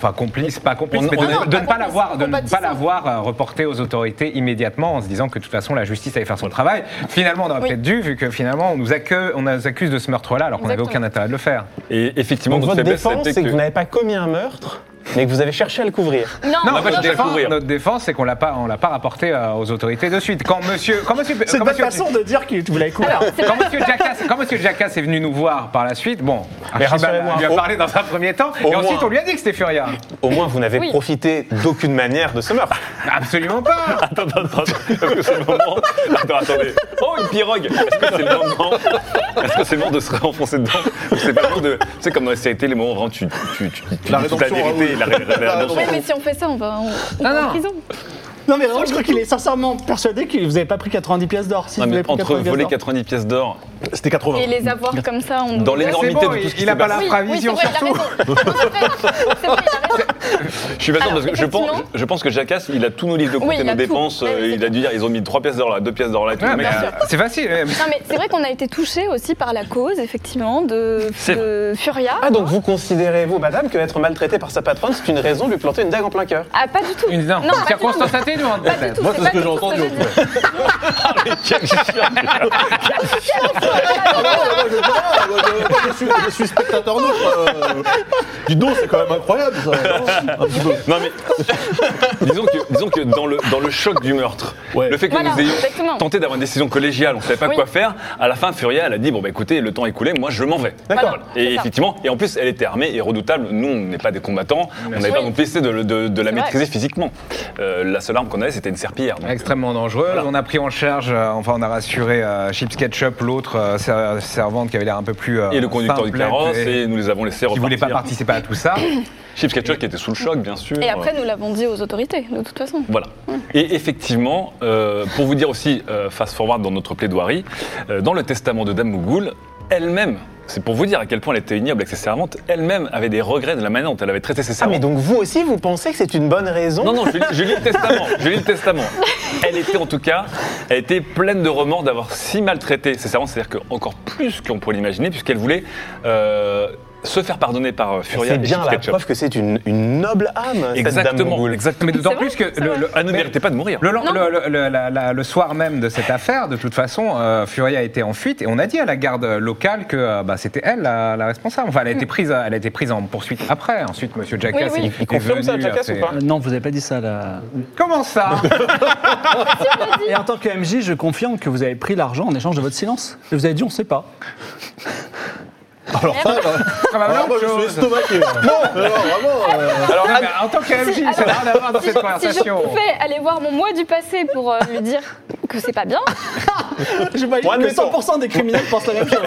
Enfin, complice, pas complice, On- mais on de, est- de ne pas l'avoir, de ne pas compatissant. l'avoir euh, reporté aux autorités immédiatement en se disant que de toute façon la justice allait faire son travail. Finalement, on aurait Oui. peut-être dû, vu que finalement on nous, accue- on nous accuse de ce meurtre-là alors qu'on n'avait Exactement. aucun intérêt de le faire. Et effectivement, Donc votre notre faiblesse, défense, c'était c'est que que. vous n'avez pas commis un meurtre, mais que vous avez cherché à le couvrir. Non, Non, va pas notre, chercher à défense, couvrir. notre défense, c'est qu'on l'a pas, on l'a pas rapporté euh, aux autorités de suite. Quand Monsieur, quand Monsieur, C'est quand une bonne monsieur- façon de dire que vous l'avez coupé. quand Monsieur Jackass, quand Monsieur Jackass est venu nous voir par la suite, bon, Ah, Archibald rassurez-moi, lui a au- parlé dans un premier temps, au et ensuite moins. on lui a dit que c'était Furia. Au moins, vous n'avez Oui. profité d'aucune manière de [laughs] ce meurtre. Absolument pas. Attends, attends, attends. Est-ce que c'est le moment Attends, attendez. Oh, une pirogue [laughs] Est-ce que c'est le moment Est-ce que c'est le moment de se renfoncer dedans Ou c'est pas le moment de. Tu sais, comme dans les CIT, les moments vraiment, tu, tu, tu, tu La dis toute rédemption, la vérité, Raoul. la, ré- la La rédemption. Ouais, mais si on fait ça, on va, on, on Non, va non. en prison. Non, mais vraiment, je crois qu'il est sincèrement persuadé que vous n'avez pas pris 90 pièces d'or. Si Non, vous mais avez pris entre 90 pièces voler d'or. 90 pièces d'or, C'était 80. Et les avoir comme ça, on. Dans Ouais, l'énormité C'est bon, de tout ce il qui s'est n'a pas la passé. Oui, oui, prévision c'est vrai, il a surtout. raison. Non, C'est vrai, c'est vrai, il a [laughs] raison. je suis pas sûr Alors, parce que je pense, effectivement- je pense que Jackass, il a tous nos livres de compte Oui, et il nos a tout. dépenses. Ouais, euh, c'est il a dû dire ils ont mis 3 pièces d'or là, 2 pièces d'or là. et tout. Ouais, Le mec, bah, euh, c'est facile. euh, Non, mais c'est vrai qu'on a été touché aussi par la cause, effectivement, de, de Furia. Ah, donc vous considérez, vous, madame, que être maltraité par sa patronne, c'est une raison de lui planter une dague en plein cœur Ah, pas du tout. Une non, Non, pas circonstance atténuante. Pas du peut-être. tout. Moi, c'est pas ce que du j'ai tout entendu. que au je fait. Ah, moi, je- ah, moi, je- moi, je suis- Je suis spectateur neutre. euh. Dis donc, c'est quand même incroyable ça. Un petit peu. Non mais disons que, disons que dans, le, dans le choc du meurtre, Ouais. le fait que Voilà, nous ayons exactement. tenté d'avoir une décision collégiale, on ne savait pas Oui. quoi faire, à la fin Furia elle a dit bon bah écoutez le temps est coulé, moi je m'en vais. D'accord. Et C'est ça. effectivement, et en plus elle était armée et redoutable, nous on n'est pas des combattants, on n'avait pas Oui. complicité de, le- de- de C'est la vrai. maîtriser physiquement. Euh, la seule arme qu'on avait c'était une serpillière. donc. Extrêmement dangereuse. On a pris en charge, euh, enfin on a rassuré euh, Chips Ketchup, l'autre euh, ser- servante qui avait l'air un peu plus. euh, Et le conducteur du simplette carrosse, et- et nous les avons laissés Qui repartir. voulait pas participer à tout ça. Chips Ketchup qui était sous le choc, bien sûr. Et après, nous l'avons dit aux autorités, de toute façon. Voilà. Et effectivement, euh, pour vous dire aussi, euh, fast forward dans notre plaidoirie, euh, dans le testament de Dame Mougoul, elle-même, c'est pour vous dire à quel point elle était ignoble avec ses servantes, elle-même avait des regrets de la manière dont elle avait traité ses Ah, mais servantes. donc vous aussi, vous pensez que c'est une bonne raison non, non, je, lis- je lis le testament, je lis le testament. Elle était en tout cas, elle était pleine de remords d'avoir si maltraité ses servantes, c'est-à-dire que encore plus qu'on pourrait l'imaginer, puisqu'elle voulait euh, se faire pardonner par euh, Furia C'est et bien Chips la Ketchup. preuve que c'est une, une noble âme, cette dame Exactement, Mongoule. exactement. Mais d'autant plus que le, le- Elle ne mais- méritait pas de mourir. Le, le- le- la- la- le soir même de cette affaire, de toute façon, euh, Furia était en fuite et on a dit à la garde locale que euh, bah, c'était elle la, la responsable. Enfin, elle a été prise, elle a été prise en poursuite après. Ensuite, Monsieur Jackass, Oui, oui. est- Il- il est confirme ça, hein. venu, Jackass, a ou pas Euh, Non, vous n'avez pas dit ça là. Comment ça Et en tant que MJ, je confirme que vous avez pris l'argent en échange de votre silence. Et vous avez dit, on ne sait pas. Alors ça, euh, Ah, bah, [laughs] alors, non, moi je chose. suis estomaqué. là. Non, alors vraiment. euh, Alors, Ah, non, mais en tant que MJ, ça n'a rien à voir dans Si cette je, si je conversation. pouvais aller voir mon moi du passé pour euh, lui dire que c'est pas bien, J'imagine Ouais, que mais bon. 100% des criminels pensent la même chose.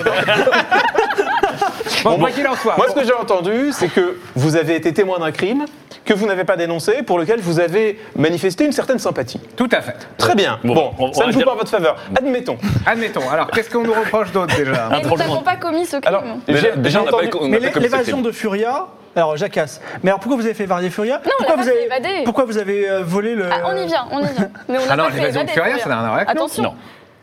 Bon, quoi qu'il en soit. Moi, ce que j'ai entendu, c'est que vous avez été témoin d'un crime que vous n'avez pas dénoncé, pour lequel vous avez manifesté une certaine sympathie. Tout à fait. Très bien. Bon, Bon, on- ça ne on va joue dire- pas en votre faveur. Admettons. Admettons. Alors, qu'est-ce qu'on nous reproche d'autre déjà mais nous n'avons pas commis ce crime. Alors, Déjà, j'ai- déjà, j'ai on n'a pas entendu- eu- on n'a Mais pas l'é- commis ce crime. Ah l'évasion de Furia. Alors, j'accasse. Mais alors, pourquoi vous avez fait varier Furia on pourquoi, l'a vous pas avez, fait évader. pourquoi vous avez euh, volé le. Ah, on y vient, on y vient. Mais on Ah a non, pas fait l'évasion de évader, Furia, Furia. ça n'a rien à voir avec nous. Attention. Non.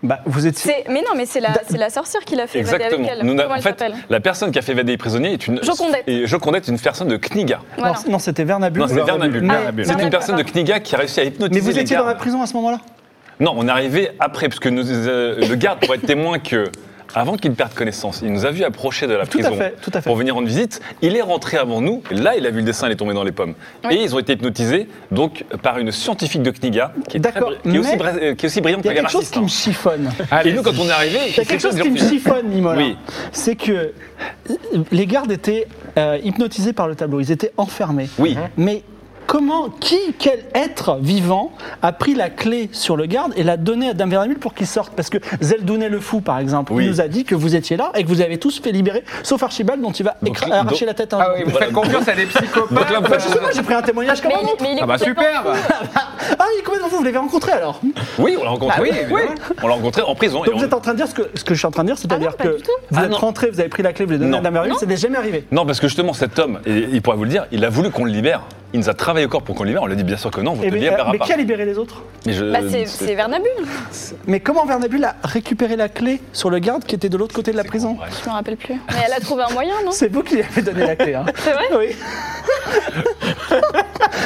Bah, vous étiez. C'est- Mais non, mais c'est la, Bah, Da- c'est la sorcière qui l'a fait évader avec Exactement. elle. Nous n'a- Comment en elle fait, s'appelle la personne qui a fait évader les prisonniers est une. Jocondette. Et Jocondette est une personne de Kniga. Non, Voilà. c'est- non, c'était Vernabule. Non, c'est Vernabule. Ah, C'est Vernabule. une personne de Kniga qui a réussi à hypnotiser. Mais vous les étiez dans la gardes. prison à ce moment-là Non, on est arrivé après, parce que nous, euh, le garde pourrait être témoin que. Avant qu'il perde connaissance, il nous a vu approcher de la Tout à prison fait, tout à fait. pour venir rendre visite. Il est rentré avant nous. et Là, il a vu le dessin, il est tombé dans les pommes. Et ils ont été hypnotisés donc par une scientifique de Kniga qui est, très D'accord, bri- qui est aussi, mais- bra- euh, qui est aussi brillante Il y que a quelque chose l'artiste. qui me chiffonne. Et nous, quand [laughs] on est arrivé, Il y a quelque chose qui me chiffonne, Imola. Oui. C'est que les gardes étaient euh, hypnotisés par le tableau. Ils étaient enfermés. Mm-hmm. Oui. Mais comment, qui, quel être vivant a pris la clé sur le garde et l'a donnée à Dame Vernamule pour qu'il sorte Parce que Zeldounet le fou, par exemple, Oui. il nous a dit que vous étiez là et que vous avez tous fait libérer, sauf Archibald, dont il va Donc, écra- euh, donc- arracher la tête. hein. à un Ah jour. oui, vous faites confiance à des Donc psychopathes. là, vous Bah, je sais pas, j'ai pris un témoignage comme Mais un il est- autre. mais il est Ah bah complètement superbe Ah oui, combien d'entre vous vous l'avez rencontré alors Oui, on l'a rencontré. Bah oui, évidemment. On l'a rencontré en prison. et Donc on- vous êtes en train de dire ce que, ce que je suis en train de dire, c'est-à-dire pas que du tout. vous Ah êtes non. rentré, vous avez pris la clé, vous l'avez donnée Non. à Dame Vernamule, Non. ça n'est jamais arrivé. Non, parce que justement, cet homme, et il pourra vous le dire, il a voulu qu'on le libère. Il nous a travaillé au corps pour qu'on le libère. On lui a dit bien sûr que non, vous Et ne mais, euh, libérera mais pas. qui a libéré les autres Mais je- Bah, c'est- c'est Vernabule, Mais comment Vernabule a récupéré la clé sur le garde qui était de l'autre côté de la prison Ouais. je me rappelle plus. Mais elle a trouvé un moyen, non C'est vous qui lui avez donné la clé. Hein. C'est vrai Oui.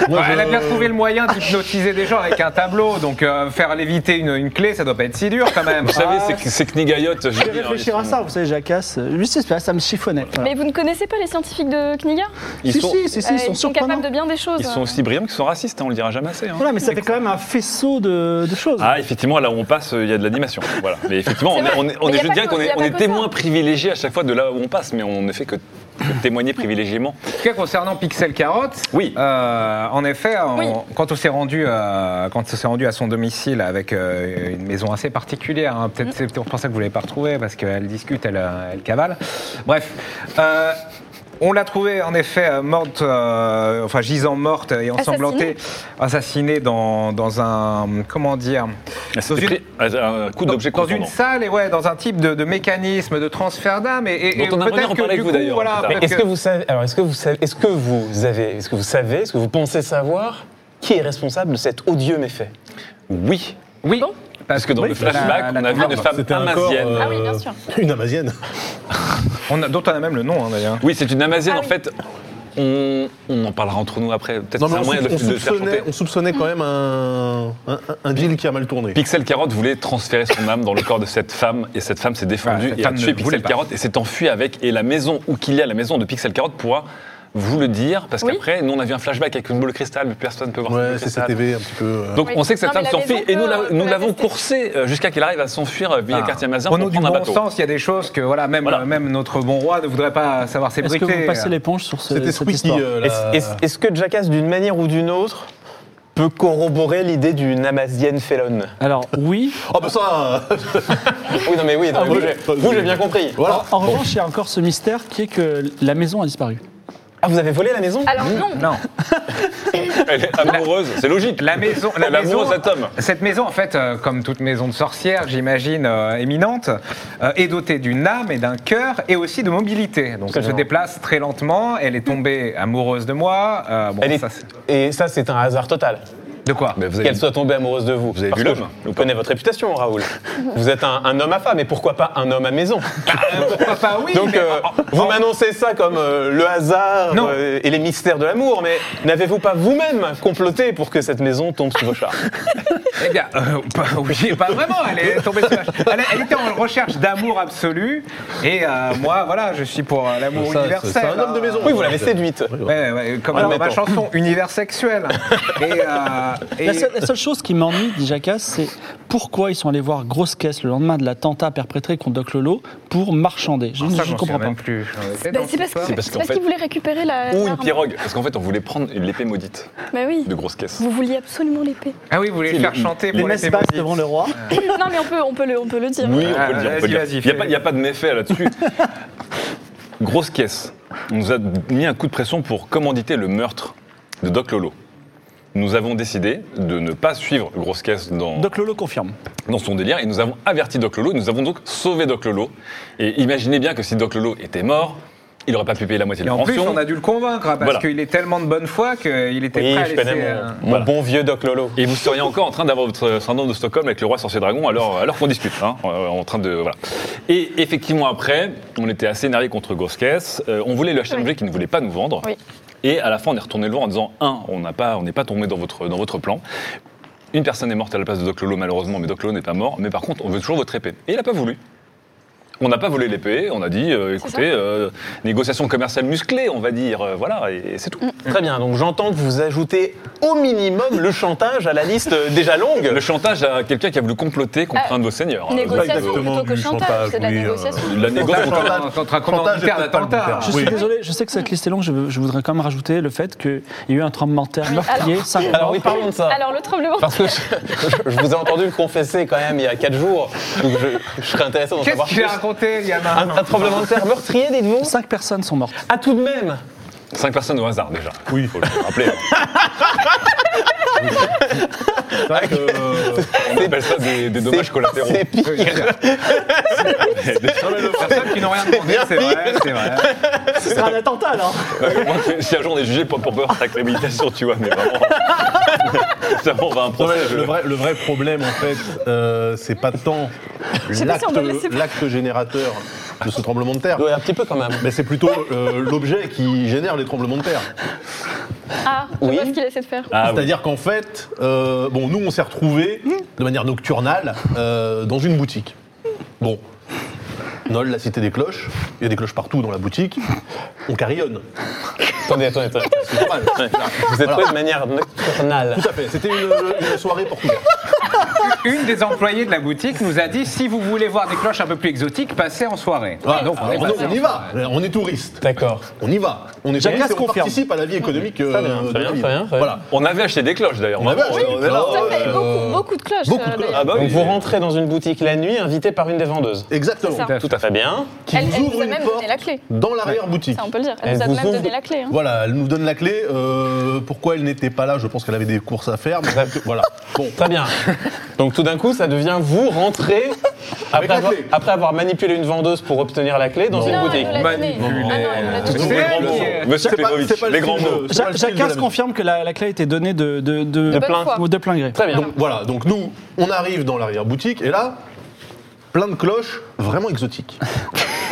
Moi, elle a je- euh, bien trouvé le moyen d'hypnotiser des gens avec un tableau, donc euh, faire léviter une, une clé, ça doit pas être si dur quand même. Vous savez, c'est- c'est Knigayot. Je Ah, Je vais réfléchir à ça, vous savez, Jacasse. Juste, c'est pas- ça me chiffonnait. Voilà. Mais vous ne connaissez pas les scientifiques de Kniga Ils si, sont, si, si, si, Euh, ils sont surprenants. capables de bien des choses. ils sont aussi brillants qu'ils sont racistes, hein, on le dira jamais assez. hein. Voilà, mais ça fait quand même un faisceau de, de choses. Ah, effectivement, là où on passe, il y a de l'animation. [laughs] Voilà. Mais effectivement, on est, on est, on Mais est- y a je pas dirais que- qu'on y est, a on pas est que témoin ça. privilégié à chaque fois de là où on passe, mais on ne fait que que [laughs] témoigner privilégiément. En tout cas, concernant Pixel Carotte, Oui. euh, en effet, on- Oui. quand on s'est rendu, à- quand on s'est rendu à son domicile avec euh, une maison assez particulière, hein, peut-être c'est pour ça que vous l'avez pas retrouvée parce qu'elle discute, elle, euh, elle cavale. Bref. euh, on l'a trouvée en effet euh, morte, euh, enfin gisant morte et ensanglantée, assassinée dans, dans un comment dire, Elle s'était une- pris euh, un coup dans, d'objet dans contendant. une salle et ouais, dans un type de, de mécanisme de transfert d'âme et, et- Dont et on aimerait bien peut-être que reparler avec du vous, coup, d'ailleurs, voilà, plus tard. peut-être Est-ce que- que vous savez, alors est-ce que vous savez, est-ce que vous avez, est-ce que vous savez, est-ce que vous pensez savoir qui est responsable de cet odieux méfait Oui. oui, Parce que dans oui, le flashback, la- la on a vu commande. une femme C'était un corps, amazienne. euh, Ah oui, bien sûr. [laughs] Une amazienne. On a- dont on a même le nom hein, d'ailleurs. Oui, c'est une amazienne. Ah en oui. fait, on, on en parlera entre nous après. Peut-être Non, que mais c'est on, un moyen de, sou- on de faire soupçonnait, chanter. on soupçonnait quand même un, un, un deal qui a mal tourné. Pixel Carotte voulait transférer son âme dans le corps de cette femme et cette femme s'est Ah, défendue cette et a femme ne tué voulait Pixel pas. Carotte et s'est enfuie avec. Et la maison où qu'il y a, la maison de Pixel Carotte pourra vous le dire parce Oui. qu'après, nous on a vu un flashback avec une boule de cristal, mais personne ne peut voir cette boule Ouais, de c'est cristal. CCTV un petit peu. euh. Donc Oui. on sait que cette Non, femme mais la s'enfuit maison et nous, la- peut- peut nous la l'avons tester. coursée euh, jusqu'à qu'elle arrive à s'enfuir euh, via le Ah. quartier amazien Au pour nom du prendre un bon bateau. sens, il y a des choses que voilà, même, euh, Voilà. même notre bon roi ne voudrait pas savoir Est-ce que s'ébriquer. euh. vous euh, passez l'éponge sur ce, C'était cette Squeaky. histoire euh, la- Est-ce est-ce- est-ce que Jackass, d'une manière ou d'une autre, peut corroborer l'idée d'une amazienne félonne Alors, oui. Oh, bah ça euh, Oui, non mais oui, non, Ah mais oui. vous, j'ai- vous, j'ai bien compris. Voilà En revanche, il y a encore ce mystère qui est que la maison a disparu. Ah, vous avez volé la maison Alors non, Non, Elle est amoureuse, c'est logique. la maison, la Elle est maison, amoureuse cet homme. cette maison en fait, euh, comme toute maison de sorcière, j'imagine euh, éminente, euh, est dotée d'une âme et d'un cœur et aussi de mobilité. Donc elle se Absolument. déplace très lentement. Elle est tombée amoureuse de moi. euh, bon, Elle est- ça, c'est- Et ça, c'est un hasard total. de quoi Mais vous avez- Qu'elle soit tombée amoureuse de vous. Vous avez vu l'homme Vous connaissez votre [laughs] réputation, Raoul. vous êtes un, un homme à femme, et pourquoi pas un homme à maison Ah, Pourquoi pas oui Donc, mais euh, en- en- vous m'annoncez ça comme euh, le hasard Non. euh, et les mystères de l'amour, mais n'avez-vous pas vous-même comploté pour que cette maison tombe sous [laughs] vos chars Eh bien, euh, pas, oui, pas vraiment. Elle est tombée sur la- elle, elle était en recherche d'amour absolu. Et euh, moi, voilà, je suis pour euh, l'amour Ça, universel. c'est- c'est un homme de hein. maison. Oui, vous l'avez séduite. Ouais, ouais, comme Ah, Alors, dans ma mettons. [laughs] chanson, univers sexuel. Et, euh, et- La, seule, la seule chose qui m'ennuie, dit Jacasse, c'est pourquoi ils sont allés voir Grosse Caisse le lendemain de l'attentat perpétré contre Doc Lolo pour marchander. Je Alors ça, ne j'en comprends sais pas. même plus. Bah, c'est parce C'est que- parce c'est qu'en parce fait- qu'ils voulaient récupérer la. Ou une l'arme. pirogue, parce qu'en fait on voulait prendre l'épée maudite Mais oui. de grosse caisse. Vous vouliez absolument l'épée. Ah oui, vous voulez le Les- faire chanter Les pour messes les basses maudits. devant le roi. non mais on peut, on peut le, on peut le dire. Oui, on Ah, peut le dire. on vas-y, peut le vas-y, dire. Il n'y a, fais- pas- y a pas de méfait là-dessus. [laughs] Grosse caisse. On nous a mis un coup de pression pour commanditer le meurtre de Doc Lolo. Nous avons décidé de ne pas suivre Grosse Caisse dans, Doc Lolo confirme. dans son délire et nous avons averti Doc Lolo. Nous avons donc sauvé Doc Lolo. Et imaginez bien que si Doc Lolo était mort, il n'aurait pas pu payer la moitié de Et la en plus, rançon. on a dû le convaincre hein, parce Voilà. qu'il est tellement de bonne foi qu'il était Oui, prêt à je laisser. connais mon, euh, mon Voilà. bon vieux Doc Lolo. Et vous seriez encore en train d'avoir votre syndrome de Stockholm avec le roi sorcier dragon alors, alors qu'on discute. hein, euh, en train de, voilà. Et effectivement, après, on était assez énervé contre Goskes. Euh, on voulait lui acheter un Oui. objet qu'il ne voulait pas nous vendre. Oui. Et à la fin, on est retourné le voir en disant un, on n'a pas- on n'est pas tombé dans votre, dans votre plan. Une personne est morte à la place de Doc Lolo, malheureusement, mais Doc Lolo n'est pas mort. Mais par contre, on veut toujours votre épée. Et il n'a pas voulu. On n'a pas volé l'épée, on a dit, euh, écoutez, euh, négociation commerciale musclée, on va dire, euh, voilà, et, et c'est tout. Mm. Très bien, donc j'entends que vous ajoutez au minimum le chantage à la liste euh, déjà longue. Le chantage à quelqu'un qui a voulu comploter contre Ah, un de vos seigneurs. hein. Pas Négociation exactement plutôt que du chantage, chantage, c'est de la oui, euh, négociation. La Contre, négociation. Chantage. un- contre un commandant Chantage est peut-être pas le d'attentat. bon Je Oui. suis désolé, je sais que cette liste est longue, je, veux- je voudrais quand même rajouter le fait qu'il y a eu un tremblement de terre meurtrier, cinq Alors morts. oui, parlons de ça. Alors le tremblement. Parce que je, je- je vous ai entendu le confesser quand même il y a 4 jours. Donc je, je serais intéressé d'en Qu'est-ce savoir qu'il plus. a raconté, le Un, gamin un tremblement de terre meurtrier, dites-vous Cinq personnes sont mortes. Ah, tout de même Cinq personnes au hasard déjà. Oui. Faut le rappeler. C'est vrai que, euh, On appelle ça des, des dommages C'est- collatéraux. C'est pire. Oui, c'est vrai. Personnes qui n'ont rien demandé, c'est vrai, c'est vrai. Ce sera un attentat alors Moi, si un jour on est jugé pour, pour peur avec l'habilitation, tu vois, mais vraiment. [laughs] Ça, on va à un non, procès. mais je- le, vrai, le vrai problème, en fait, euh, c'est pas tant sais pas si l'acte on doit laisser- l'acte générateur de ce tremblement de terre, Ouais, un petit peu quand même. mais c'est plutôt euh, l'objet qui génère les tremblements de terre. Ah, je Oui. vois ce qu'il essaie de faire. Ah, oui. C'est-à-dire qu'en fait, euh, bon, nous, on s'est retrouvés de manière nocturnale euh, dans une boutique. Bon, Nol, la cité des cloches, il y a des cloches partout dans la boutique, on carillonne. Attendez, attendez, attendez. C'est normal. Vous êtes trouvé de manière nocturnale. Tout à fait, c'était une, une soirée portugaise. Une des employées de la boutique nous a dit si vous voulez voir des cloches un peu plus exotiques, passez en soirée. Ah, Donc, on est alors, passé non, on en y va, soirée. on est touristes. D'accord. On y va. On est Jacques touristes et on confirme. participe à la vie économique euh, Très bien, de très la bien, ville. très bien, très bien. Voilà. On avait acheté des cloches d'ailleurs. On avait acheté, Oui. on est là, Ça fait euh, beaucoup, beaucoup de cloches. beaucoup de euh, cloches. d'ailleurs. Ah bah oui. Donc vous rentrez dans une boutique la nuit, invité par une des vendeuses. Exactement. C'est ça. Tout Tout à fait bien. Qui elle, nous elle ouvre nous a une même porte donné la clé. dans l'arrière-boutique. Ça, on peut le dire. Elle, Elle nous a vous même ouvre- donné la clé. hein. Voilà, elle nous donne la clé. euh, pourquoi elle n'était pas là Je pense qu'elle avait des courses à faire. mais voilà. Bon, Très bien. Donc tout d'un coup, ça devient vous rentrer Avec après la avoir, clé. après avoir manipulé une vendeuse pour obtenir la clé dans Non. une Non, elle boutique. nous l'a donné. Manipulé. Ah non, elle nous l'a tout de Les C'est suite. grands elle mots. qui est- Monsieur C'est pas- Klemovic, c'est pas le les grands style mots. de- c'est pas Ja- le style de la Jacques maison. confirme que la, la clé a été donnée de, de, de, De plein. foi. de plein gré. Très bien. Donc voilà, donc nous, on arrive dans l'arrière-boutique et là, plein de cloches vraiment exotiques.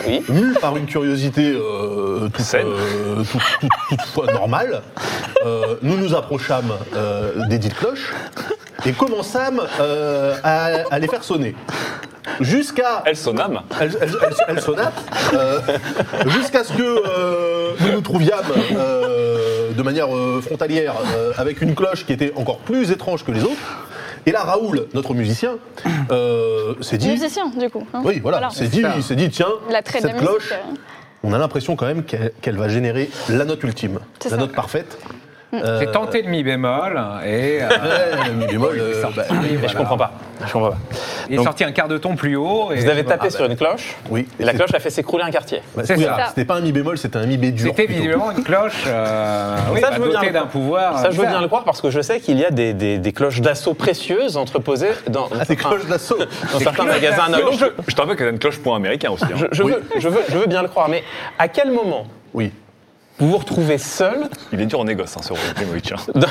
Oui. Mues par une curiosité euh, toute, Saine. euh, toute- toute- toutefois normale, euh, nous nous approchâmes euh, des dites cloches et commençâmes euh, à, à les faire sonner. Jusqu'à Elle soname. elle, elle- elle- elle sonna, euh, jusqu'à ce que euh, nous nous trouviâmes euh, de manière euh, frontalière euh, avec une cloche qui était encore plus étrange que les autres. Et là, Raoul, notre musicien, euh, s'est dit. Musicien, du coup. hein. Oui, voilà, s'est dit, il s'est dit, tiens, La traite de cette la musique, cloche, euh. on a l'impression quand même qu'elle qu'elle va générer la note ultime, C'est la ça. Mm. note parfaite. Euh, J'ai tenté le mi bémol et. euh, Ouais, mais bémol, euh, sorti, bah, [laughs] oui, Mais voilà. je comprends pas. Je comprends pas. Il est Donc- sorti un quart de ton plus haut. et Vous avez voilà. tapé sur une cloche. oui, Et la c'est- cloche a fait s'écrouler un quartier. bah, c'est oui, ça. alors, C'était pas un mi bémol, c'était un mi bé dur. C'était plutôt. visiblement une cloche euh, oui, Ça, bah, je veux bien dotée le- d'un pouvoir. Ça, je veux bizarre. bien le croire parce que je sais qu'il y a des, des- des cloches d'assaut précieuses entreposées dans, Ah, c'est cloche d'assaut. dans certains magasins. Non, Non, je, je, je te rappelle qu'elle a une cloche pour un américain aussi. hein. je- je Oui. veux, je veux- je veux bien le croire, mais à quel moment Oui. vous vous retrouvez seul Il est dur en négoce, hein, ce Roland Klemovic, hein. dans,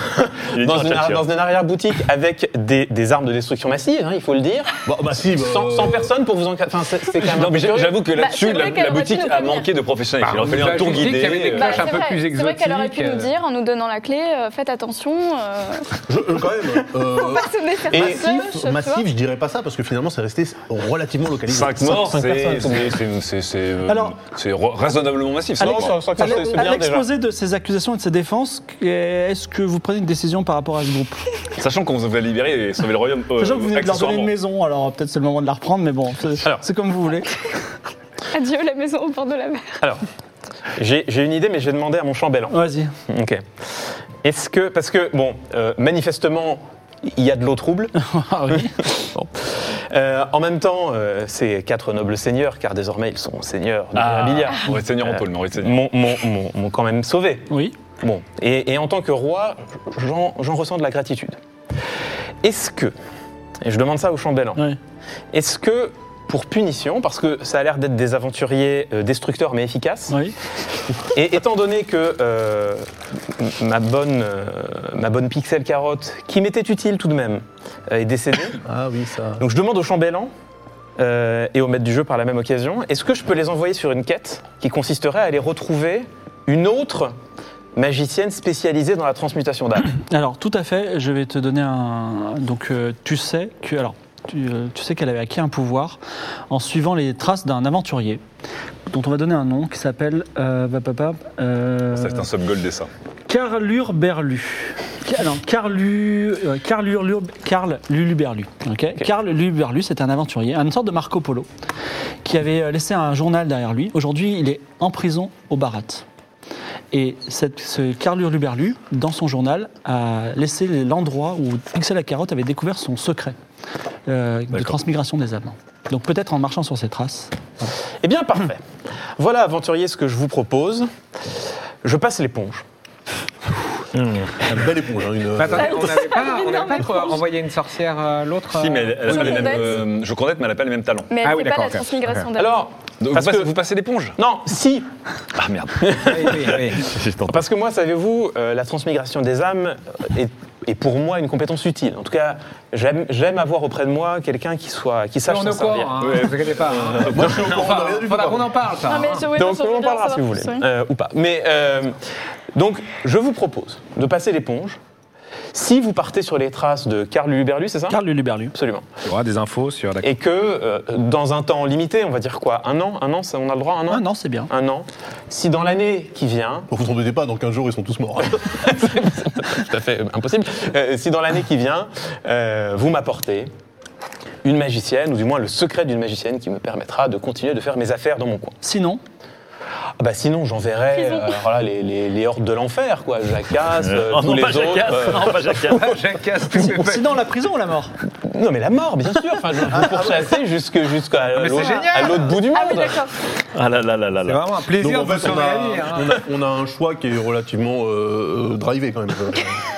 Il est dans dur à une, ar- châtier, hein. dans une arrière-boutique avec des, des armes de destruction massive, hein, il faut le dire. Bon, bah si. bah, Sans, sans personne pour vous encadrer. Enfin, c'est c'est quand même. Non, mais j'ai- curieux. j'avoue que là-dessus, c'est vrai la, qu'elle la aurait boutique pu nous a prévenir. manqué de professionnels. Bah, Il aurait on fallu nous a un tour juste dit qu'il y avait des guidé. euh, cloches. Bah, un c'est peu vrai, plus C'est vrai qu'elle aurait pu exotique, nous euh. dire en nous donnant la clé, euh, faites attention. euh, [laughs] Je, euh, quand même. euh, Personne n'est certain. massif, tu vois. massif, je dirais pas ça parce que finalement c'est resté relativement localisé. Cinq morts, cinq c'est- personnes, tout le c'est- c'est- c'est- c'est, euh, Alors- c'est ra- raisonnablement massif. ça, Alex- non À Ça, l'e- c'est à bien, déjà. l'exposé de ces accusations et de ces défenses, est-ce que vous prenez une décision par rapport à ce Euh, groupe Sachant qu'on vous a libéré et sauvé le royaume. euh, Sachant que vous venez de leur donner accessoirement. une maison, alors peut-être c'est le moment de la reprendre, mais bon, c'est- Alors. c'est comme vous [laughs] voulez. Adieu la maison au bord de la mer. Ah Alors, j'ai j'ai une idée, mais je vais demander à [laughs] mon chambellan. Vas-y. Ok. Est-ce que. Parce que, bon, euh, manifestement, il y a de l'eau trouble. Ah oui. [laughs] Bon. Euh, en même temps, euh, ces quatre nobles seigneurs, car désormais ils sont seigneurs de Ah, Mirabilia, on va être seigneur en pôle, mais on va être seigneur. m'ont- m'ont m'ont- m'ont quand même sauvé. Oui. Bon, et, et en tant que roi, j'en j'en ressens de la gratitude. Est-ce que, et je demande ça au chambellan, Ouais. est-ce que pour punition, parce que ça a l'air d'être des aventuriers euh, destructeurs mais efficaces, Oui. et étant donné que euh, m- ma, bonne, euh, ma bonne pixel carotte, qui m'était utile tout de même, euh, est décédée, Ah oui, ça. donc je demande au chambellan euh, et au maître du jeu par la même occasion, est-ce que je peux les envoyer sur une quête qui consisterait à aller retrouver une autre magicienne spécialisée dans la transmutation d'âme Alors tout à fait, je vais te donner un. Donc euh, tu sais que. Alors, tu, euh, tu sais qu'elle avait acquis un pouvoir en suivant les traces d'un aventurier dont on va donner un nom qui s'appelle euh, bah, bah, bah, euh, Ça, c'est un sub-gold ça. Carlur Berlu. Ca- Non, Carlu, euh, Carlur, Lur- Carl Lulu Berlu. ok Carl Lulu Berlu, c'est un aventurier, une sorte de Marco Polo, qui avait euh, laissé un journal derrière lui. Aujourd'hui, il est en prison au Barat. Et cette, ce Carl Lulu Berlu, dans son journal, a laissé l'endroit où Pixel la Carotte avait découvert son secret euh, de D'accord. transmigration des âmes. Donc peut-être en marchant sur ses traces. Eh bien, parfait. Voilà, aventurier, ce que je vous propose. Je passe l'éponge. Une belle éponge. hein, une- Mais attendez, Ça- on n'avait pas, on énorme n'avait pas [laughs] trop envoyé une sorcière euh, l'autre Si, mais euh, elle, elle a oui, pas les mais- mêmes. euh, je connais, mais elle a pas les mêmes talents. Mais Ah elle oui, fait pas d'accord, la ok. transmigration d'âme. Alors, Donc vous parce passez, que- vous passez l'éponge non, si, Ah merde. oui, oui, oui. parce que moi, savez-vous, euh, la transmigration des âmes euh, est, est pour moi une compétence utile. En tout cas, j'aime j'aime avoir auprès de moi quelqu'un qui, soit, qui sache on est s'en au courant, servir. hein, [laughs] vous inquiétez pas. hein. Moi, je suis au courant Enfin, de rien du tout, faudra par qu'on en parle, ça. Non, mais je- oui, non, donc je veux on en bien parlera savoir si vous ce voulez, que c'est. euh, ou pas. Mais euh, donc, je vous propose de passer l'éponge. Si vous partez sur les traces de Carl Huberlu, c'est ça Carl Luluberlu. Absolument. Il y aura des infos sur la Et que euh, dans un temps limité, on va dire quoi Un an Un an, ça, on a le droit à un an Ah non, c'est bien. Un an. Si dans l'année qui vient, [laughs] Vous vous embêtez pas, dans 15 jours, ils sont tous morts. tout à fait euh, impossible. Euh, si dans l'année qui vient, euh, vous m'apportez une magicienne, ou du moins le secret d'une magicienne qui me permettra de continuer de faire mes affaires dans mon coin. Sinon, Ah bah sinon, j'enverrai Prison. euh, alors là, les, les- les hordes de l'enfer, quoi. Jacasse, euh, Oh, tous non, les pas autres. Jacques, euh, non, pas [laughs] Jacques. Jacasse, tout est fait. sinon la prison ou la mort Non, mais la mort, bien sûr. Enfin, je vous pourchassez jusque- jusqu'à mais c'est l'autre- génial. à l'autre bout du monde. Ah oui, d'accord. Ah là là là là C'est là. vraiment un plaisir Donc, en de fait, se on a, réunir. hein. on a- on a un choix qui est relativement euh, drivé quand même.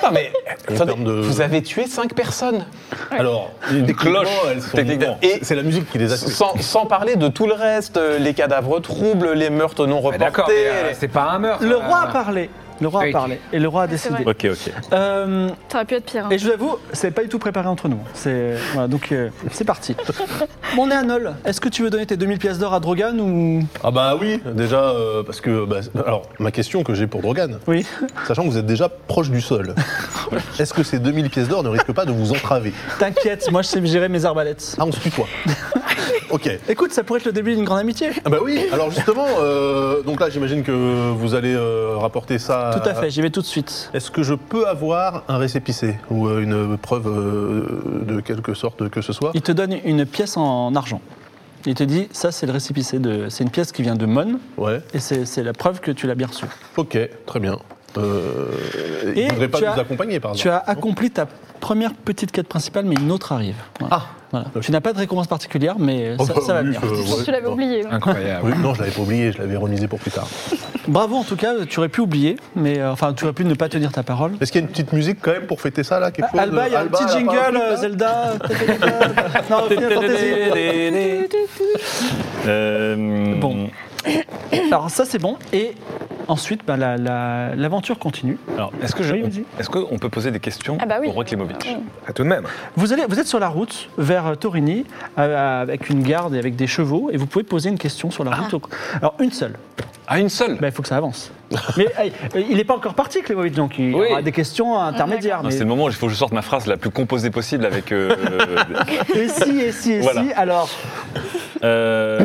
Non, mais attendez, termes de- vous avez tué cinq personnes. Alors, des cloches, techniquement. Et c'est la musique qui les a tués. Sans, sans parler de tout le reste, euh, les cadavres troubles, les meurtres non Mais reportés. D'accord, mais, euh, les- c'est pas un meurtre. hein. Le roi euh, a parlé. Le roi Oui. a parlé. Et le roi a c'est décidé. Ok, ok. Euh, Ça aurait pu être pire. hein. et je vous avoue, c'est pas du tout préparé entre nous. C'est voilà, donc euh, c'est parti. Mon nez à Nol, est-ce que tu veux donner tes 2000 pièces d'or à Drogan ou Ah bah oui, déjà, euh, parce que... bah, alors, ma question que j'ai pour Drogan, oui sachant que vous êtes déjà proche [laughs] du sol, est-ce que ces 2000 pièces d'or ne risquent pas de vous entraver T'inquiète, moi je sais gérer mes arbalètes. Ah, on se tutoie. ok. Écoute, ça pourrait être le début d'une grande amitié. Ah bah oui, alors justement, euh, donc là, j'imagine que vous allez euh, rapporter ça... Tout à fait, j'y vais tout de suite. Est-ce que je peux avoir un récépissé ou euh, une preuve euh, de quelque sorte que ce soit Il te donne une pièce en argent. Il te dit, ça c'est le récépissé de, c'est une pièce qui vient de Mon Ouais. et c'est c'est la preuve que tu l'as bien reçue. Ok, très bien. Euh, Et il ne voudrait pas tu nous as- accompagner, par exemple. Tu as accompli ta première petite quête principale, mais une autre arrive. Voilà. Ah Voilà. Tu n'as pas de récompense particulière, mais euh, ça, Oh, bah ça va oui, venir. je- Je pense que tu ouais. Ah, l'avais oublié. là. Incroyable. Oui, non, je l'avais pas oublié, je l'avais remisé pour plus tard. Bravo en tout cas, tu aurais pu oublier, mais euh, enfin tu aurais pu ne pas tenir ta parole. Est-ce qu'il y a une petite musique quand même pour fêter ça là quelque chose Ah, euh, Alba, il y a un petit elle pas jingle, truc, là euh, Zelda. non, [laughs] Final [laughs] Fantasy. Euh, Bon. Alors ça c'est bon. Et ensuite, bah, la- la- l'aventure continue. Alors, est-ce que je, Oui, on- vas-y. est-ce qu'on peut poser des questions Ah bah oui. au roi Klimovic Ah, tout de même. Vous, allez, vous êtes sur la route vers euh, Torini euh, avec une garde et avec des chevaux et vous pouvez poser une question sur la route. Alors une seule. Ah, une seule Bah, Il faut que ça avance. mais [laughs] euh, il n'est pas encore parti, Clémovitch, donc il Oui. aura des questions Ah, intermédiaires. Non, mais- C'est le moment où il faut que je sorte ma phrase la plus composée possible avec. euh, Et si, et si, et Voilà. si, alors euh,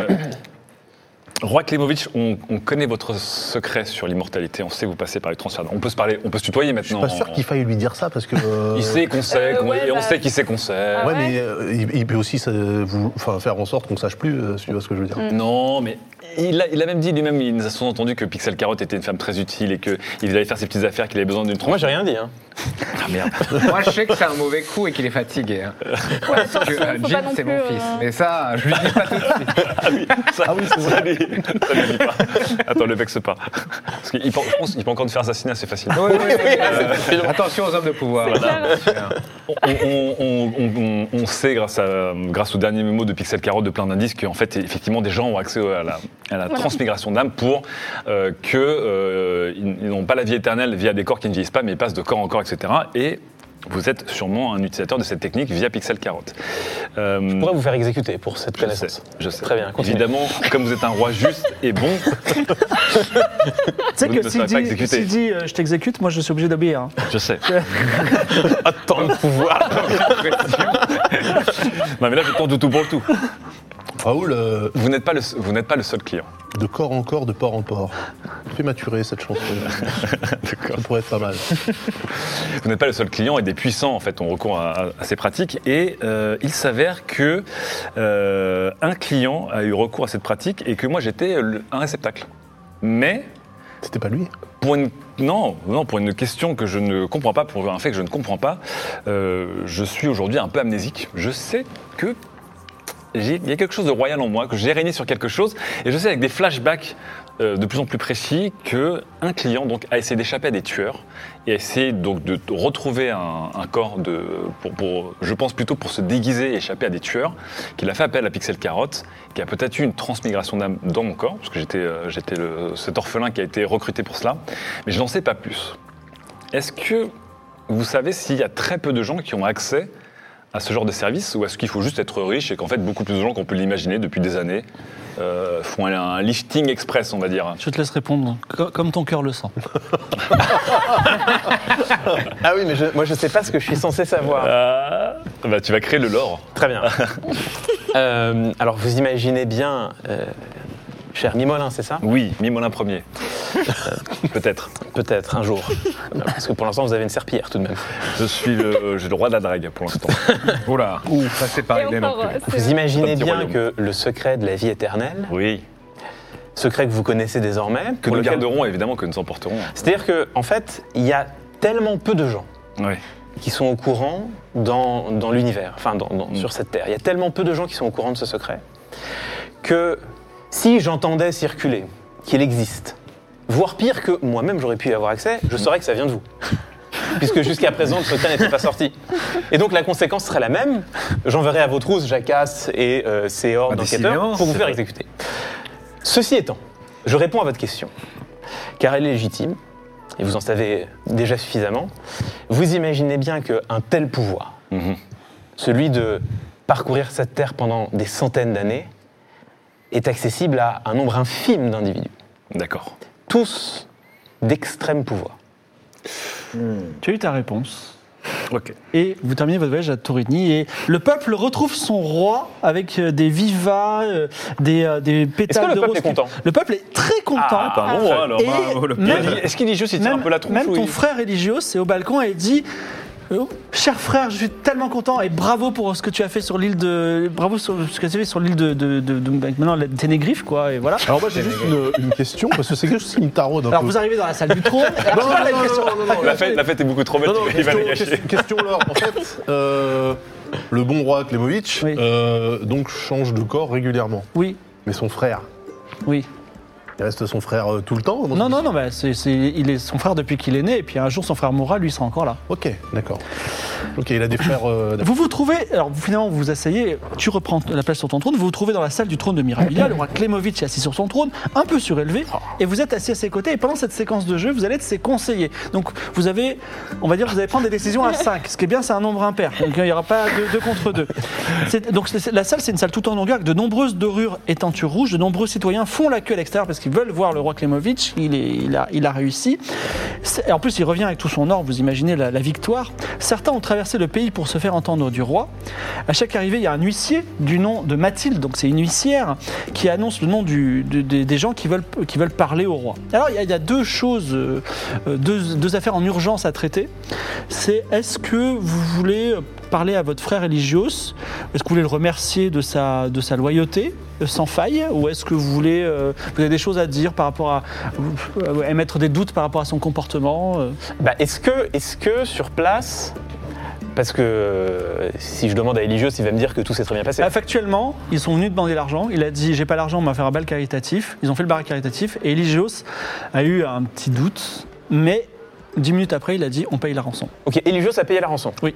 Roi Klimovic, on, on connaît votre secret sur l'immortalité. On sait que vous passez par les transferts. On peut se parler, on peut se tutoyer Je suis maintenant. pas sûr qu'il faille lui dire ça parce que. euh, Il sait qu'on sait, Euh, qu'on- ouais, et on bah- sait qu'il sait qu'on sait. Ah Ouais, ouais. mais euh, il, il peut aussi ça, vous, enfin, faire en sorte qu'on sache plus, euh, si tu vois ce que je Mm. veux dire. Non, mais il a, il a même dit lui-même, il nous a sous-entendu que Pixel Carotte était une femme très utile et qu'il allait faire ses petites affaires, qu'il avait besoin d'une Moi, tronche. j'ai rien dit. Hein. Ah merde. Moi, je sais que c'est un mauvais coup et qu'il est fatigué. hein. Parce que attention, euh, faut Jim, pas non c'est plus, mon euh, fils. Mais ça, je lui dis pas tout de suite. Ça, ah oui, c'est ça. lui- ça lui dit pas. [laughs] Attends, le vexe pas. Parce qu'il pense, je pense qu'il peut encore nous faire assassiner assez facilement. Oui, oui, oui, euh, Attention aux hommes de pouvoir. Ah, On, on- on- on- on- on sait, grâce, à, grâce au dernier mémo de Pixel Carotte, de plein d'indices, qu'en fait, effectivement, des gens ont accès à la, à la transmigration d'âme pour euh, que euh, ils ils n'ont pas la vie éternelle via des corps qui ne vieillissent pas, mais ils passent de corps en corps, etc. Et vous êtes sûrement un utilisateur de cette technique via Pixel Carotte. Euh, Je pourrais vous faire exécuter pour cette je sais, connaissance. je sais. Très bien, continue. Évidemment, comme vous êtes un roi juste et bon, tu sais Vous ne que me s'il serez pas dit, exécuté. s'il dit, euh, je t'exécute, moi je suis obligé d'obéir. hein. Je sais. [laughs] Attends le pouvoir. non mais là je tente de tout pour le tout. Raoul, euh, Vous n'êtes pas le vous n'êtes pas le seul client. de corps en corps, de port en port. Fais maturer cette [laughs] chanson. ça pourrait être pas mal. Vous n'êtes pas le seul client et des puissants en fait ont recours à, à- à ces pratiques et euh, il s'avère que euh, un client a eu recours à cette pratique et que moi j'étais le- un réceptacle. Mais C'était pas lui pour une non non pour une question que je ne comprends pas pour un fait que je ne comprends pas, euh, je suis aujourd'hui un peu amnésique. Je sais que j'ai- il y a quelque chose de royal en moi, que j'ai régné sur quelque chose, et je sais avec des flashbacks euh, de plus en plus précis que un client donc a essayé d'échapper à des tueurs et a essayé donc de t- retrouver un, un corps de pour, pour- je pense plutôt pour se déguiser et échapper à des tueurs qu'il a fait appel à Pixel Carotte qui a peut-être eu une transmigration d'âme dans mon corps parce que j'étais euh, j'étais le- cet orphelin qui a été recruté pour cela mais je n'en sais pas plus est-ce que vous savez s'il y a très peu de gens qui ont accès à ce genre de service ou est-ce qu'il faut juste être riche et qu'en fait beaucoup plus de gens qu'on peut l'imaginer depuis des années euh, font un, un lifting express, on va dire Je te laisse répondre, co- comme ton cœur le sent. Ah oui, mais je- moi je sais pas ce que je suis censé savoir. Euh, bah, Tu vas créer le lore. Très [laughs] bien. Euh, alors vous imaginez bien, euh, cher Mimolin, c'est ça Oui, Mimolin premier. Euh, Peut-être. Peut-être, un jour. Euh, Parce que pour l'instant vous avez une serpillère tout de même. Je suis le, j'ai le roi de la drague pour l'instant. Oula, ça c'est pas Et aidé non encore, euh, plus. c'est- Vous imaginez Un petit bien royaume. que le secret de la vie éternelle, Oui. secret que vous connaissez désormais, Que pour nous lequel- garderons, évidemment, que nous emporterons. C'est-à-dire que en fait, il y a tellement peu de gens Oui. qui sont au courant dans, dans l'univers, enfin dans- dans- Mm. sur cette Terre. Il y a tellement peu de gens qui sont au courant de ce secret que si j'entendais circuler qu'il existe, voire pire que moi-même j'aurais pu y avoir accès, je saurais que ça vient de vous. [laughs] Puisque jusqu'à présent, le secret n'était pas sorti. Et donc la conséquence serait la même. J'enverrai à vos trousses Jacasse et euh, ses hordes Bah, d'enquêteurs décidément, pour vous c'est faire vrai. exécuter. Ceci étant, je réponds à votre question, car elle est légitime, et vous en savez déjà suffisamment. Vous imaginez bien qu'un tel pouvoir, Mhm. celui de parcourir cette terre pendant des centaines d'années, est accessible à un nombre infime d'individus, D'accord. tous d'extrême pouvoir. Tu as eu ta réponse. Ok. Et vous terminez votre voyage à Tourigny et le peuple retrouve son roi avec euh, des vivas, euh, des, euh, des pétales le de peuple rose est content Le peuple est très content. Ah, t'as un bon roi, alors. Et Bravo, le même- peuple. Est-ce qu'il dit juste, il tire même un peu la tronche même ou ton il- frère religieux, c'est au balcon et il dit Oh, Cher frère, je suis tellement content et bravo pour ce que tu as fait sur l'île de. Bravo sur ce que tu as fait sur l'île de, de, de- de- Maintenant, la Ténégriffe, quoi, et voilà. Alors moi j'ai juste une, une question parce que c'est quelque chose qui me taraude un Alors, peu. vous arrivez dans la salle du trône. et après, Non, non, on a une non, question. non, non, non, La fête, la fête est beaucoup trop belle, Non, non, tu- il va question, la gâcher. question- question Laure. En fait, euh, le bon roi Klemovic Oui. euh, donc change de corps régulièrement. Oui, Mais son frère, oui. il reste son frère euh, tout le temps comment Non, ça- non, non, bah, c'est- c'est- il est son frère depuis qu'il est né, et puis un jour son frère mourra, lui il sera encore là. Ok, d'accord. Ok, il a des frères. euh, d'accord. Vous vous trouvez, alors finalement vous vous asseyez, tu reprends la place sur ton trône, vous vous trouvez dans la salle du trône de Mirabilia, le roi Klemovic est assis sur son trône, un peu surélevé, et vous êtes assis à ses côtés, et pendant cette séquence de jeu, vous allez être ses conseillers. Donc vous avez, on va dire, vous allez prendre des décisions à 5, ce qui est bien, c'est un nombre impair, donc il n'y aura pas de deux contre deux. C'est- Donc c'est- la salle, c'est une salle tout en longueur, avec de nombreuses dorures et teintures rouges, de nombreux citoyens font la queue à l'extérieur parce qu'ils veulent voir le roi Klemovic, il, est- il a, il a réussi. C'est- et En plus, il revient avec tout son or, vous imaginez la, la victoire. Certains ont traversé le pays pour se faire entendre du roi. À chaque arrivée, il y a un huissier du nom de Mathilde, donc c'est une huissière, qui annonce le nom du- du- des, des gens qui veulent, qui veulent parler au roi. Alors, il y a, il y a deux choses, euh, euh, deux, deux affaires en urgence à traiter. C'est est-ce que vous voulez parler à votre frère Eligios Est-ce que vous voulez le remercier de sa, de sa loyauté euh, sans faille Ou est-ce que vous voulez. euh, vous avez des choses à dire par rapport à. euh, émettre des doutes par rapport à son comportement euh, Bah, est-ce que, est que sur place, parce que euh, si je demande à Eligios, il va me dire que tout s'est très bien passé. Ah, factuellement, ils sont venus demander l'argent. Il a dit J'ai pas l'argent, on va faire un bal caritatif. Ils ont fait le bal caritatif et Eligios a eu un petit doute, mais dix minutes après, il a dit On paye la rançon. Ok, Eligios a payé la rançon. Oui.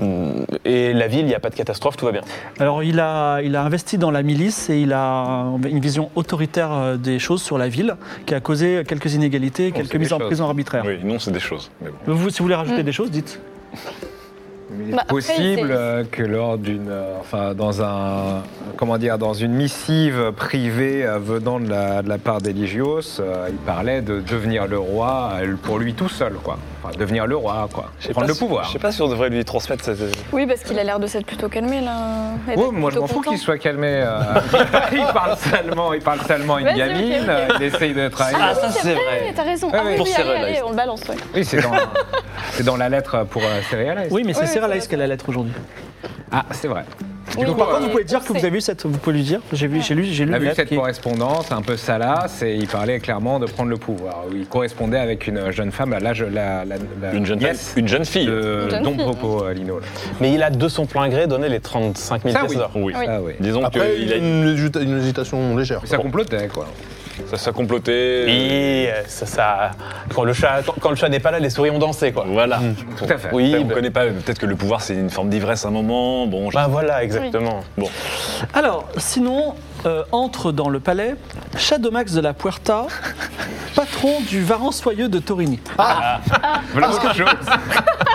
Mm, Et la ville, il n'y a pas de catastrophe, tout va bien. Alors, il a, il a investi dans la milice et il a une vision autoritaire euh, des choses sur la ville qui a causé quelques inégalités, quelques c'est mises des en choses. prison arbitraires. Oui, non, c'est des choses. mais bon. Vous, si vous voulez rajouter Mm. des choses, dites. Il est Bah, après, possible c'est- euh, que lors d'une, euh, enfin, dans un, comment dire, dans une missive privée euh, venant de la, de la part d'Eligios, euh, il parlait de devenir le roi euh, pour lui tout seul, quoi. Enfin, devenir le roi, quoi. Je sais Prendre pas le si- pouvoir. Je sais pas si on devrait lui transmettre cette. Oui, parce qu'il a l'air de s'être plutôt calmé là. et Ouais, d'être Oh, moi je plutôt m'en fous content. qu'il soit calmé. euh, il parle salement, il parle salement à une Vas-y, ok, gamine. ok. euh, Il essaye d'être. à Ah, elle. ça c'est vrai. T'as raison. Ah, Ouais, oui, pour oui, ses allez, relays. allez, on le balance. Ouais. Oui, c'est dans, c'est dans la lettre pour euh, Céréales. Oui, mais c'est Oui, Sarah ça va. Laïs qu'elle a la lettre aujourd'hui. Ah, c'est vrai. Oui, Donc, par oui, contre, vous pouvez on dire que vous sait. avez eu cette. Vous pouvez lui dire J'ai vu, j'ai lu, j'ai lu On a une vu lettre cette qui est- correspondance un peu salace et il parlait clairement de prendre le pouvoir. Il correspondait avec une jeune femme, là, je, la, la, la- Une jeune, nièce une jeune fille. de jeune Don fille. Popo euh, Lino. là. Mais il a de son plein gré donné les 35 000 Ça, pièces oui. d'or. Oui. Oui. Ah oui. Disons que Après, il a- une, hésita- une hésitation légère. Ça complotait, quoi. ça, ça complotait. Oui, euh, ça, ça- Quand le chat, quand, quand le chat n'est pas là, les souris ont dansé, quoi. Mmh. Voilà. Tout à fait. Oui, Après, on bah- connaît pas. Peut-être que le pouvoir, c'est une forme d'ivresse à un moment. Bon, je- Bah voilà, exactement. bon. Alors, sinon, euh, entre dans le palais Shadomax de la [laughs] Puerta, patron du Varan Soyeux de Torini. Voilà autre chose.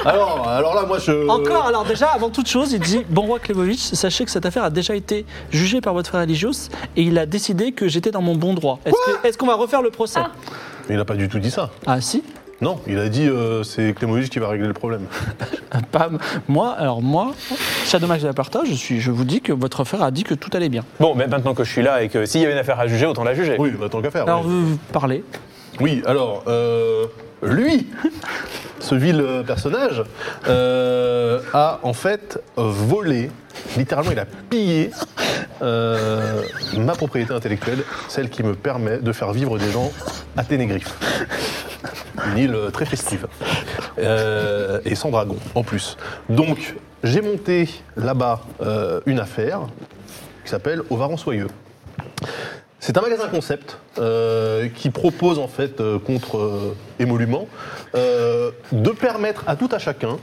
Alors, alors là, moi, je. Encore, alors déjà, avant toute chose, il dit Bon roi Klebovitch, sachez que cette affaire a déjà été jugée par votre frère Eligios et il a décidé que j'étais dans mon bon droit. Est-ce que- est-ce qu'on va refaire le procès ah. Mais il n'a pas du tout dit ça. si [laughs] Non, il a dit euh, c'est Clémovich qui va régler le problème. Pas m- Moi, alors moi, Shadow Max de la Parta, je, suis, je vous dis que votre frère a dit que tout allait bien. Bon, mais maintenant que je suis là et que s'il y avait une affaire à juger, autant la juger. Oui, bah, tant qu'à faire. Alors oui. vous, vous parlez. Oui, alors, euh, [laughs] lui, ce vil personnage, euh, a en fait volé, littéralement, il a pillé euh, ma propriété intellectuelle, celle qui me permet de faire vivre des gens à Ténégriffe. Une île très festive. Euh, et sans dragon, en plus. Donc, j'ai monté là-bas euh, une affaire qui s'appelle Ovaron Soyeux. C'est un magasin concept euh, qui propose en fait euh, contre euh, émolument euh, de permettre à tout à chacun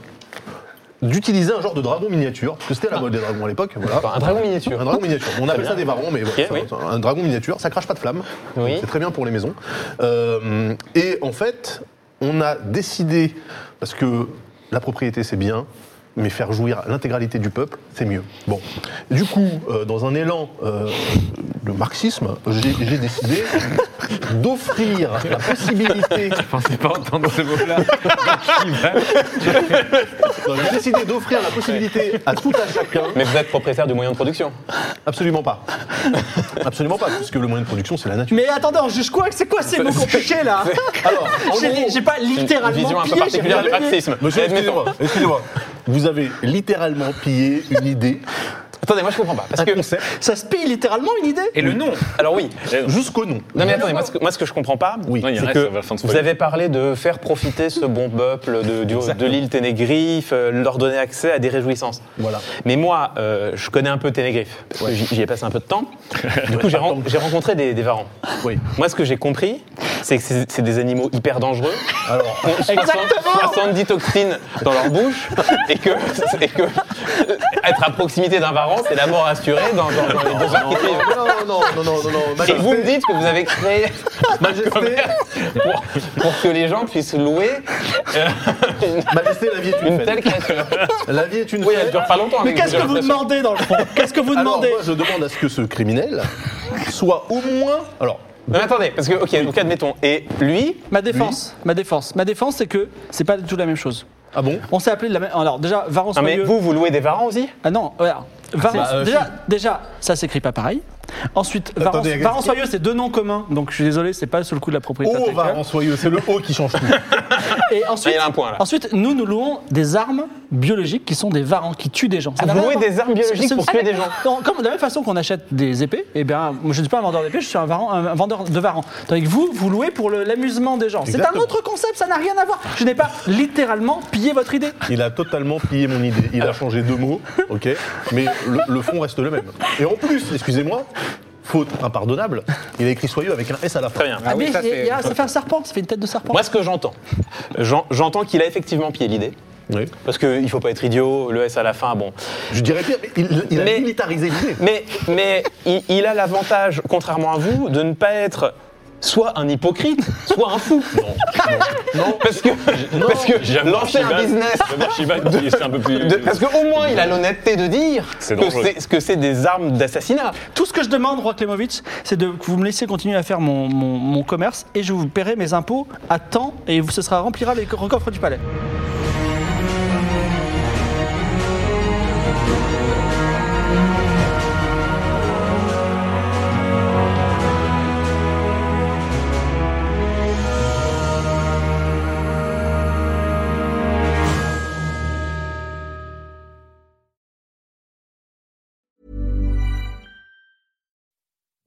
d'utiliser un genre de dragon miniature, parce que c'était la mode des dragons à l'époque. Voilà. Ah. Enfin, un dragon miniature. Un dragon miniature. On appelle bien. ça des varons, mais voilà, Ok, oui. c'est un- un dragon miniature, ça crache pas de flamme. Oui. C'est très bien pour les maisons. Euh, et en fait, on a décidé, parce que la propriété c'est bien, mais faire jouir l'intégralité du peuple, c'est mieux. Bon. Du coup, euh, dans un élan euh, de marxisme, j'ai j'ai décidé d'offrir la possibilité Je pensais pas entendre ce mot-là. Non, j'ai décidé d'offrir la possibilité à tout un chacun [laughs] Mais vous êtes propriétaire du moyen de production. absolument pas absolument pas puisque le moyen de production c'est la nature Mais attendez, on juge quoi C'est quoi ces mots compliqués là alors en gros- J'ai j'ai pas Une vision littéralement un peu pillé, j'ai particulière du rien pillé. marxisme. Monsieur, Mais admettons. excusez-moi, excusez-moi. Vous avez littéralement pillé une idée, Attendez, moi je comprends pas. Parce un que, concept, Ça se pille littéralement une idée Et le nom alors oui, euh, jusqu'au nom. Non mais attendez, moi ce que, moi, ce que je comprends pas, Oui. Non, il c'est reste que à la fin de ce vous feuilleton. avez parlé de faire profiter ce bon peuple de, du- de l'île Ténégriffe, euh, leur donner accès à des réjouissances. Voilà. Mais moi, euh, je connais un peu Ténégriffe, parce que j'y j'y ai passé un peu de [laughs] temps. Du coup, j'ai ren- j'ai rencontré des, des varans. Oui. Moi, ce que j'ai compris, c'est que c'est c'est des animaux hyper dangereux. Alors, [laughs] qui ont 60 70 toxines dans leur bouche et que, et que être à proximité d'un varan, c'est la mort assurée dans, dans- dans les deux heures qui suivent. non, non, non, non, non, non, Et Majesté, vous me dites que vous avez créé Majesté, pour, pour que les gens puissent louer euh, [laughs] Majesté, la vie est une, une fête. telle créature. La vie est une Oui, fête. elle dure pas longtemps. Mais avec qu'est-ce j'ai que vous l'impression. demandez dans le fond Qu'est-ce que vous Alors, euh, demandez moi, je demande à ce que ce criminel soit au moins. Alors, Non, mais attendez, parce que, ok, donc admettons. Et lui, Ma défense, ma défense, ma défense, c'est que c'est pas du tout la même chose. ah bon On s'est appelé de la même. Alors déjà, Varence. non, Ah, mais vous, vous louez des varans aussi Ah non, voilà. Varence- bah, euh, déjà, déjà, ça s'écrit pas pareil. Ensuite, Varence, Attendez, Varence qu'est-ce Soyeux, c'est deux noms communs, donc je suis désolé, c'est pas sous le coup de la propriété. Oh, intellectuelle. Varan soyeux, c'est le haut qui change tout. Et ensuite, Ah, il y a un point, là. ensuite, nous, nous louons des armes biologiques qui sont des varans qui tuent des gens. Ça Ah, n'a vous rien à louez voir. des armes biologiques C'est- pour c'est- tuer des gens. Non, comme de la même façon qu'on achète des épées, eh bien, moi, je ne suis pas un vendeur d'épées, je suis un, varan- un vendeur de varans. Tandis que vous, vous louez pour le- l'amusement des gens. C'est un Exactement. autre concept, ça n'a rien à voir. Je n'ai pas littéralement pillé votre idée. Il a totalement plié mon idée. Il a changé deux mots, ok, mais le, le fond reste le même. Et en plus, excusez-moi, faute impardonnable, il a écrit soyeux avec un S à la fin. Très bien. Ah, mais oui, ça, il y a- c'est- il y a- ça fait un serpent, ça fait une tête de serpent. Moi, ce que j'entends, j'en- j'entends qu'il a effectivement pillé l'idée. Oui. Parce qu'il faut pas être idiot, le S à la fin, bon. Je dirais pire, mais il, il a Mais- militarisé l'idée. Mais, mais il, il a l'avantage, contrairement à vous, de ne pas être soit un hypocrite, soit un fou. Non, parce que, parce que J'avoue, lancer un Archibald- business. j'avoue, Archibald, il est un peu plus. de- parce qu'au moins, il a l'honnêteté de dire C'est que dangereux. c'est, que c'est des armes d'assassinat. Tout ce que je demande, Roi Klemovic, c'est de, que vous me laissiez continuer à faire mon, mon- mon commerce et je vous paierai mes impôts à temps et vous, ce sera remplira les co- coffres du palais.